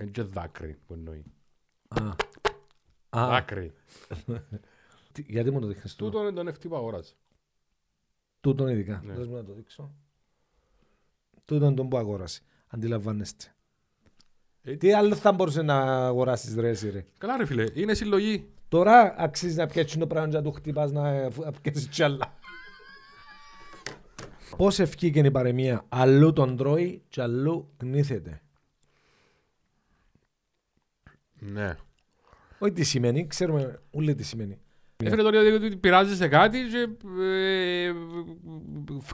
Speaker 1: Είναι και δάκρυ που εννοεί.
Speaker 2: Α,
Speaker 1: Δάκρυ.
Speaker 2: τι- γιατί μου το δείχνεις τούτο.
Speaker 1: Τούτο είναι το NFT που αγοράζει.
Speaker 2: Τούτον ειδικά.
Speaker 1: Ναι.
Speaker 2: Δώσ' μου να το δείξω. Τούτον τον που αγόρασε. Αντιλαμβάνεστε.
Speaker 1: Ε,
Speaker 2: Τι άλλο θα μπορούσε να αγοράσεις ρε εσύ ρε.
Speaker 1: Καλά ρε φίλε, είναι συλλογή.
Speaker 2: Τώρα αξίζει να πιέτσι το πράγμα και να του χτυπάς να ε, φου- να πιέσεις κι άλλα. Πώς ευκήκε η παροιμία αλλού τον τρώει και αλλού γνήθεται.
Speaker 1: Ναι.
Speaker 2: Όχι τι σημαίνει, ξέρουμε όλοι τι σημαίνει.
Speaker 1: Ε, Φίλε, τώρα διότι ότι πειράζει σε κάτι και ε,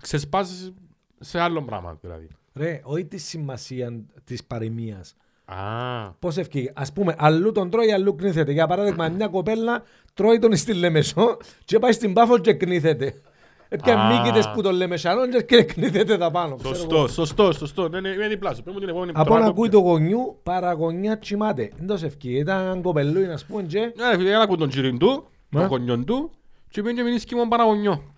Speaker 1: ξεσπάς σε άλλο πράγμα, δηλαδή.
Speaker 2: Ρε, όχι τη σημασία της παροιμίας.
Speaker 1: Α,
Speaker 2: Πώς ευκήγε. Ας πούμε, αλλού τον τρώει, αλλού κνήθεται. Για παράδειγμα, μια κοπέλα τρώει τον στη Λεμεσό και πάει στην πάφο και κνήθεται. Έπια
Speaker 1: Α.
Speaker 2: μήκητε που τον Λεμεσανών και κνήθεται τα πάνω. ξέρω εγώ.
Speaker 1: σωστό, σωστό, σωστό. Ναι, ναι, είναι διπλάσιο. Πρέπει μου την επόμενη
Speaker 2: Από
Speaker 1: εβδομάδα το
Speaker 2: να ακούει
Speaker 1: πιω.
Speaker 2: το γονιού, παραγωνιά τσιμάται. Δεν το σε ευκεί. Ήταν κοπελούι, να πούμε, και.
Speaker 1: Ναι, ρε φίλε, έλα ακούω τον κύριν του,
Speaker 2: Ναι.
Speaker 1: τον κονιόν του και πήγαινε και μείνει σκήμον παραγωνιό.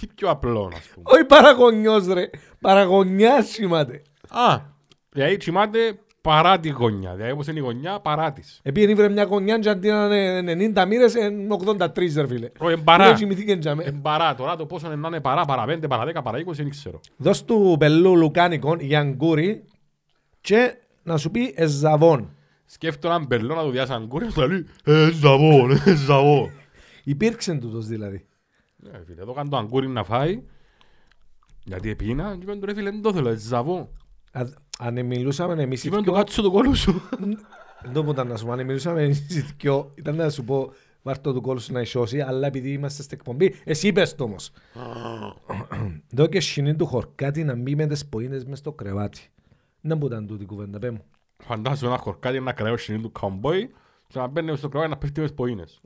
Speaker 1: Τι πιο απλό, ας πούμε.
Speaker 2: Όχι παραγωνιός, ρε. Παραγωνιά τσιμάται.
Speaker 1: Α, δηλαδή τσιμάται παρά τη γωνιά. Δηλαδή, όπως είναι η γωνιά, παρά της.
Speaker 2: Επειδή ήβρε μια γωνιά, και αντί να είναι 90 μοίρε, είναι 83, ρε φίλε.
Speaker 1: Ω, Ε, εμπαρά.
Speaker 2: Δεν τσιμηθήκε τζαμέ.
Speaker 1: Εμπαρά τώρα, το πόσο είναι να είναι παρά, παρά 5, παρά 10, παρά 20, δεν ξέρω.
Speaker 2: Δώσ' του πελού λουκάνικον γιαγκούρι και να σου πει εζαβόν.
Speaker 1: Σκέφτομαι έναν μπελό να του διάσει έναν κούρι, θα λέει
Speaker 5: Ε, ζαβό, ε, ζαβό.
Speaker 2: Υπήρξε τούτος δηλαδή.
Speaker 1: Ε, φίλε, εδώ κάνω το αγκούρι να φάει. Γιατί επίνα, και είπαν του ρε φίλε, δεν το θέλω, έτσι ζαβώ.
Speaker 2: Α- Αν μιλούσαμε εμείς οι
Speaker 1: Και είπαν του
Speaker 2: δυο-
Speaker 1: κάτσου του κόλου σου.
Speaker 2: Δεν το μπορούσα να σου πω. Αν μιλούσαμε εμείς οι δυο, ήταν να σου πω βάρτο του κόλου σου να ισώσει, αλλά επειδή είμαστε στην εκπομπή, εσύ είπες το όμως. Εδώ και σκηνή του χορκάτη να μπει με τις ποίνες μες στο κρεβάτι. Δεν μου ήταν τούτη η κουβέντα, πέ μου.
Speaker 1: Φαντάσου ένα χορκάτι, ένα κραίο σινί του καμπόι και να μπαίνει στο κρεβάτι να πέφτει μες ποίνες.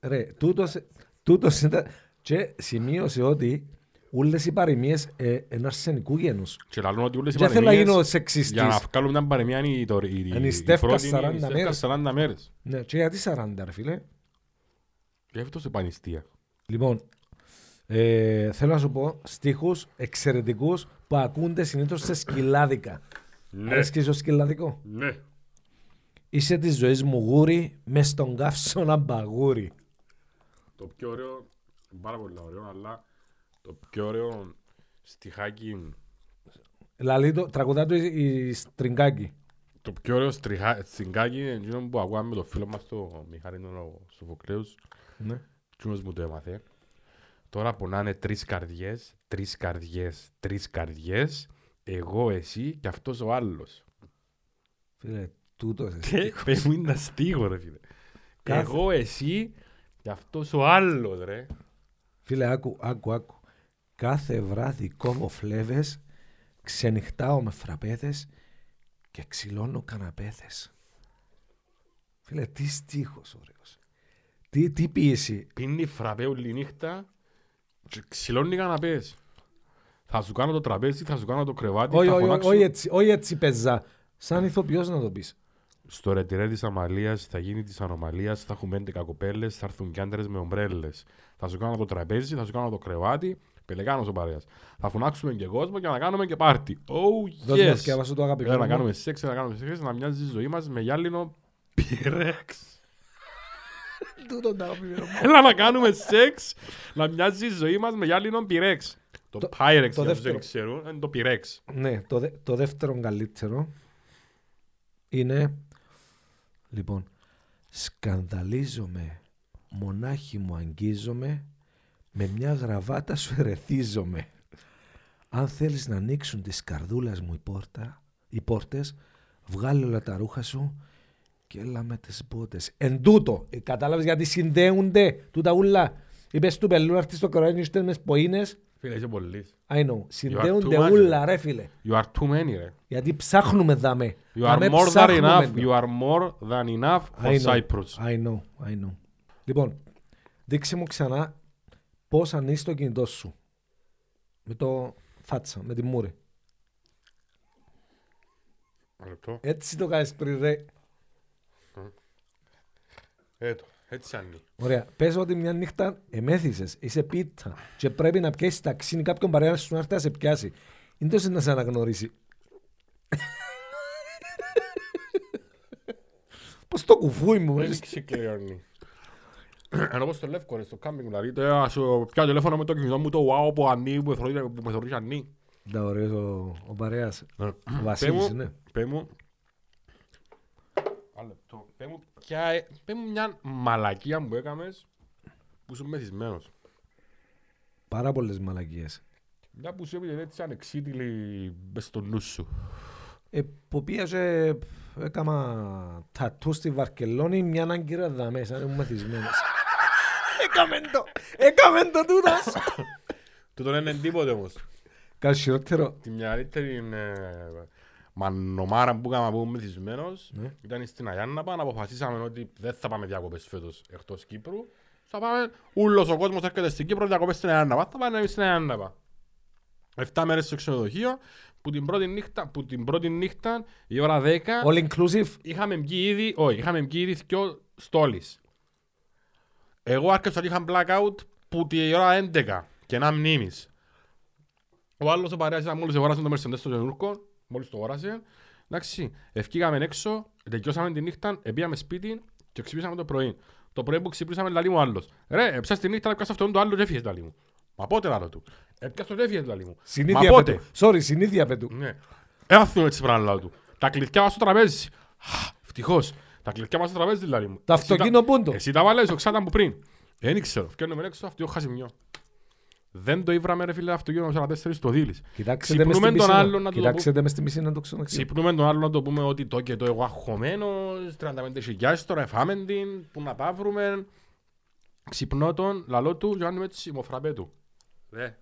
Speaker 2: Ρε, τούτος, τούτος ήταν... Και σημείωσε ότι όλες οι παροιμίες ε, ενό αρσενικού γένους.
Speaker 1: Και λαλούν ότι όλες οι
Speaker 2: Δεν θέλω να γίνω
Speaker 1: παροιμίες, για να
Speaker 2: σεξιστής.
Speaker 1: βγάλουν μια παροιμία είναι η, τωρι- η,
Speaker 2: Είναι η
Speaker 1: η
Speaker 2: Στέφκα
Speaker 1: πρώτη, είναι
Speaker 2: 40
Speaker 1: η Στέφκα
Speaker 2: μέρες.
Speaker 1: 40 μέρες.
Speaker 2: Ναι, και γιατί 40 ρε φίλε.
Speaker 1: Γι' αυτό σε πανιστία.
Speaker 2: Λοιπόν, ε, θέλω να σου πω στίχους εξαιρετικούς που ακούνται συνήθως σε σκυλάδικα. Ναι. Αρέσκεις το σκυλάδικο.
Speaker 1: Ναι.
Speaker 2: Είσαι της ζωής μου γούρι, μες στον καύσωνα μπαγούρι.
Speaker 1: Το πιο ωραίο, πάρα πολύ ωραίο, αλλά το πιο ωραίο στιχάκι,
Speaker 2: Δηλαδή το τραγουδά του η, η Στριγκάκη.
Speaker 1: το πιο ωραίο στριχα- στιχάκι είναι εκείνο που ακούγαμε με το φίλο μας, το Μιχάλη τον ο Σοφοκλέους.
Speaker 2: Ναι.
Speaker 1: Εκείνος μου το έμαθε. Τώρα πονάνε τρεις καρδιές, τρεις καρδιές, τρεις καρδιές, εγώ, εσύ και αυτός ο άλλος.
Speaker 2: Φίλε, τούτος σε
Speaker 1: Και πες μου είναι ένα στίχο ρε φίλε.
Speaker 2: Κάθε-
Speaker 1: Εγώ, εσύ και αυτός ο άλλος ρε.
Speaker 2: Φίλε, άκου, άκου, άκου. Κάθε βράδυ κόβω φλέβες, ξενυχτάω με φραπέδες και ξυλώνω καναπέδες. Φίλε, τι στίχος ωραίος. Τι, τι πίεση.
Speaker 1: Πίνει φραπέ όλη νύχτα και ξυλώνει καναπές. Θα σου κάνω το τραπέζι, θα σου κάνω το κρεβάτι,
Speaker 2: Όχι,
Speaker 1: θα
Speaker 2: όχι,
Speaker 1: φωνάξω.
Speaker 2: όχι έτσι, όχι έτσι πεζά. Σαν ηθοποιός να το πεις.
Speaker 1: Στο ρετυρέ της αμαλίας θα γίνει της ανομαλίας, θα έχουμε 11 κοπέλες, θα έρθουν κι άντρες με ομπρέλες. Θα σου κάνω το τραπέζι, θα σου κάνω το κρεβάτι, πελεκάνος ο παρέας. Θα φωνάξουμε και κόσμο και να κάνουμε και πάρτι. Oh
Speaker 2: Δώσ' μου να
Speaker 1: yes!
Speaker 2: σκεφάσω το αγαπημένο
Speaker 1: Έλα, να
Speaker 2: μου.
Speaker 1: κάνουμε σεξ, να κάνουμε σεξ, να μοιάζει η ζωή μας με γυάλινο πυρέξ.
Speaker 2: Τούτο τα αγαπημένο μου.
Speaker 1: Έλα να κάνουμε σεξ, να μοιάζει η ζωή μας με γυάλινο πυρέξ. Το,
Speaker 2: Το-
Speaker 1: το Pyrex,
Speaker 2: το
Speaker 1: για όσους
Speaker 2: δεύτερο.
Speaker 1: δεν ξέρουν, είναι το πυρέξ.
Speaker 2: Ναι, το, δε, το δεύτερο καλύτερο είναι. Λοιπόν, σκανδαλίζομαι, μονάχη μου αγγίζομαι, με μια γραβάτα σου ερεθίζομαι. Αν θέλεις να ανοίξουν τις καρδούλας μου οι, πόρτα, οι πόρτες, βγάλε όλα τα ρούχα σου και έλα με τις μπότες. Εν τούτο, ε, κατάλαβες γιατί συνδέονται τούτα ούλα. Είπες του πελού να έρθεις στο κοροϊνό, είστε μες ποίνες.
Speaker 1: Φίλε, είσαι πολύς.
Speaker 2: I know, συνδέονται
Speaker 1: much,
Speaker 2: ούλα ρε φίλε.
Speaker 1: You are too many, ρε.
Speaker 2: Γιατί ψάχνουμε δάμε.
Speaker 1: You are
Speaker 2: Δάμε
Speaker 1: more than
Speaker 2: ψάχνουμε,
Speaker 1: enough.
Speaker 2: ναι.
Speaker 1: You are more than enough for
Speaker 2: I know,
Speaker 1: Cyprus.
Speaker 2: I know, I know. Λοιπόν, δείξε μου ξανά πώς ανοίγεις το κινητό σου. Με το φάτσα, με τη μούρη.
Speaker 1: Ένα λεπτό.
Speaker 2: Έτσι το κάνεις πριν ρε.
Speaker 1: Έτω. Έτσι ανή.
Speaker 2: Ωραία, πες ότι μια νύχτα εμέθησες, είσαι πίτα και πρέπει να πιέσεις ταξίνι κάποιον παρέα να σου να έρθει να σε πιάσει. Είναι τόσο να σε αναγνωρίσει. Πώς το κουφούι μου.
Speaker 1: Δεν
Speaker 2: ε.
Speaker 1: ξεκλειώνει. Ενώ πως το λεύκο ρε στο κάμπινγκ δηλαδή το ας πια τηλέφωνο με το κινητό μου το wow που ανή που θεωρεί- που με θεωρείς ανή.
Speaker 2: Τα ωραίος ο, ο παρέας.
Speaker 1: Ε,
Speaker 2: Ο
Speaker 1: Πέ
Speaker 2: Βασίλης, ναι.
Speaker 1: μου, πέ μου, Ένα λεπτό. Πέ μου ποια ε- πέ μου μια μαλακία που έκαμες που είσαι μεθυσμένος.
Speaker 2: Πάρα πολλές μαλακίες.
Speaker 1: Μια που σου έπαιρνε έτσι ανεξίτηλη μες στο νου σου.
Speaker 2: Ε, που πήγαζε, έκανα τατού στη Βαρκελόνη, μια άγκυρα δαμέ, σαν ήμουν μεθυσμένος. έκαμε το, έκαμε το τούτας.
Speaker 1: Του τον είναι τίποτε όμως.
Speaker 2: Κάτι χειρότερο.
Speaker 1: Τη μεγαλύτερη ε, μανομάρα που έκανα που ήμουν μεθυσμένος
Speaker 2: Ναι.
Speaker 1: ήταν στην Αγιάνναπα. Να αποφασίσαμε ότι δεν θα πάμε διακοπές φέτος εκτός Κύπρου. Θα πάμε, ούλος ο κόσμος έρχεται στην Κύπρο διακοπές στην Αγιάνναπα. Θα πάμε εμείς στην Αγιάνναπα. Εφτά μέρες στο ξενοδοχείο που την πρώτη νύχτα, που την πρώτη νύχτα η ώρα 10
Speaker 2: All inclusive.
Speaker 1: είχαμε βγει ήδη, όχι, είχαμε βγει ήδη δυο στόλεις. Εγώ άρχισα ότι είχα blackout που τη ώρα 11 και να μνήμης. Ο άλλος ο παρέας ήταν μόλις αγόρασε το Mercedes στο Γενούρκο, μόλις το αγόρασε. Εντάξει, ευκήγαμε έξω, τελειώσαμε τη νύχτα, πήγαμε σπίτι και ξυπνήσαμε το πρωί. Το πρωί που ξυπνήσαμε λαλί μου ο άλλος. Ρε, ψάς τη νύχτα, έπιασε αυτόν το άλλο και έφυγες λαλί μου. Μα πότε λάλο του. Έπιασε το έφυγες λαλί μου. Μα
Speaker 2: Συνήθεια
Speaker 1: πότε.
Speaker 2: πετού. Sorry, συνήθεια πετού.
Speaker 1: Ναι. Έθουν έτσι πράγμα λάδι του. Τα κλειδιά μας στο τραπέζι. Ευτυχώς. Τα κλειδιά μας στο τραπέζι δηλαδή μου.
Speaker 2: Τα
Speaker 1: Εσύ
Speaker 2: αυτοκίνο πούντο.
Speaker 1: Εσύ τα βάλες ο ξάτα μου πριν. Δεν ήξερα. Φτιάχνουμε έξω αυτό, χάσει μοιό. Δεν το ήβραμε ρε φίλε αυτοκίνητο 44 στο δίλης.
Speaker 2: Κοιτάξτε με
Speaker 1: Ξυπνούμε
Speaker 2: στην
Speaker 1: τον
Speaker 2: πισίνα.
Speaker 1: άλλον να του το πούμε.
Speaker 2: Κοιτάξτε με στην πισίνα να το ξαναξύπνω.
Speaker 1: Ξυπνούμε τον άλλο να το πούμε ότι το και το εγώ αγχωμένος, 35.000 τώρα εφάμε την, που να τα βρούμε. Ξυπνώ τον, λαλό του και κάνουμε έτσι μοφραπέ του. Ρε.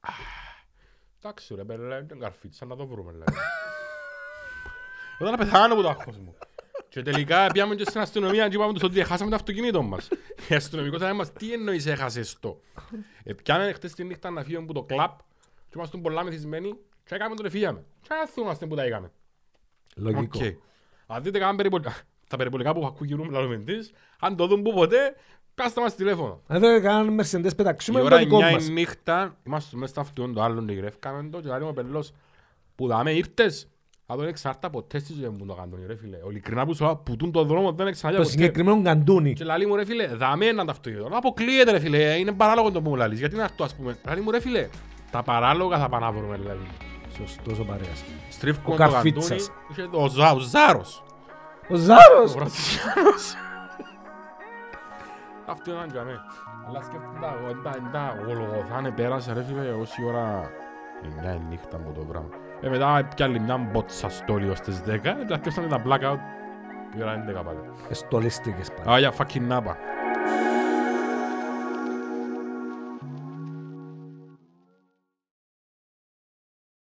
Speaker 1: Α, Εντάξει ρε πέλε, δεν καρφίτσα να το βρούμε λέει. Όταν πεθάνω από το άγχος μου. Και τελικά πιάμε και στην αστυνομία και είπαμε τους ότι έχασαμε το αυτοκίνητο μας. Η αστυνομικός έλεγε μας, τι εννοείς έχασες το. Ε, πιάνε χτες τη νύχτα να φύγουμε από το κλαπ και ήμασταν πολλά μεθυσμένοι και έκαμε τον εφύγαμε. Και να θυμόμαστε που τα έκαμε.
Speaker 2: Λογικό.
Speaker 1: Οκ. Αν δείτε κανένα περιπολικά, τα περιπολικά που ακούγουμε λαλούμε της, αν το δουν που ποτέ, κάστε μας τηλέφωνο.
Speaker 2: Εδώ έκαναν μερσεντές
Speaker 1: Η
Speaker 2: πεταξούμε με το
Speaker 1: ώρα
Speaker 2: δικό
Speaker 1: 9
Speaker 2: μας.
Speaker 1: η νύχτα, είμαστε μέσα στο αυτοκίνητο το άλλον, το γυρεύκαμε το και λέει ο πελός, που δάμε ήρτες, θα τον εξάρτα ποτέ στη ζωή μου που το κάνουν ρε φίλε. Ολικρινά που σου είπα, που τούν το δρόμο δεν εξαλιά
Speaker 2: Το
Speaker 1: ποτέ.
Speaker 2: συγκεκριμένο καντούνι.
Speaker 1: Και λέει μου ρε φίλε, δάμε έναν ταυτογείο. Αποκλείεται ρε φίλε, είναι παράλογο το που μου λαλείς. Γιατί να αυτό ας πούμε. Λέει μου ρε φίλε, τα παράλογα θα πάνε να βρούμε δηλαδή.
Speaker 2: Σωστός ο παρέας.
Speaker 1: Στρίφκουμε
Speaker 2: Ο
Speaker 1: το
Speaker 2: Καρφίτσας.
Speaker 1: καντούνι, είχε το- ο Ζα- ο Ζάρος.
Speaker 2: Ο Ζάρος!
Speaker 1: Ο Βραζιλιάνος. Αυτό ήταν για μένα. Αλλά σκέφτοντα, εγώ εντά, εντά, γολογοθάνε, πέρασε ρε φίλε, όση ώρα εννιά η νύχτα από το πράγμα. Ε, μετά πιάλει μια μπότσα στόλιο στις δηλαδή, 10, και αρκέψανε τα blackout, η ώρα 11 πάλι.
Speaker 2: Εστολίστηκες πάλι.
Speaker 1: Άγια fucking Napa.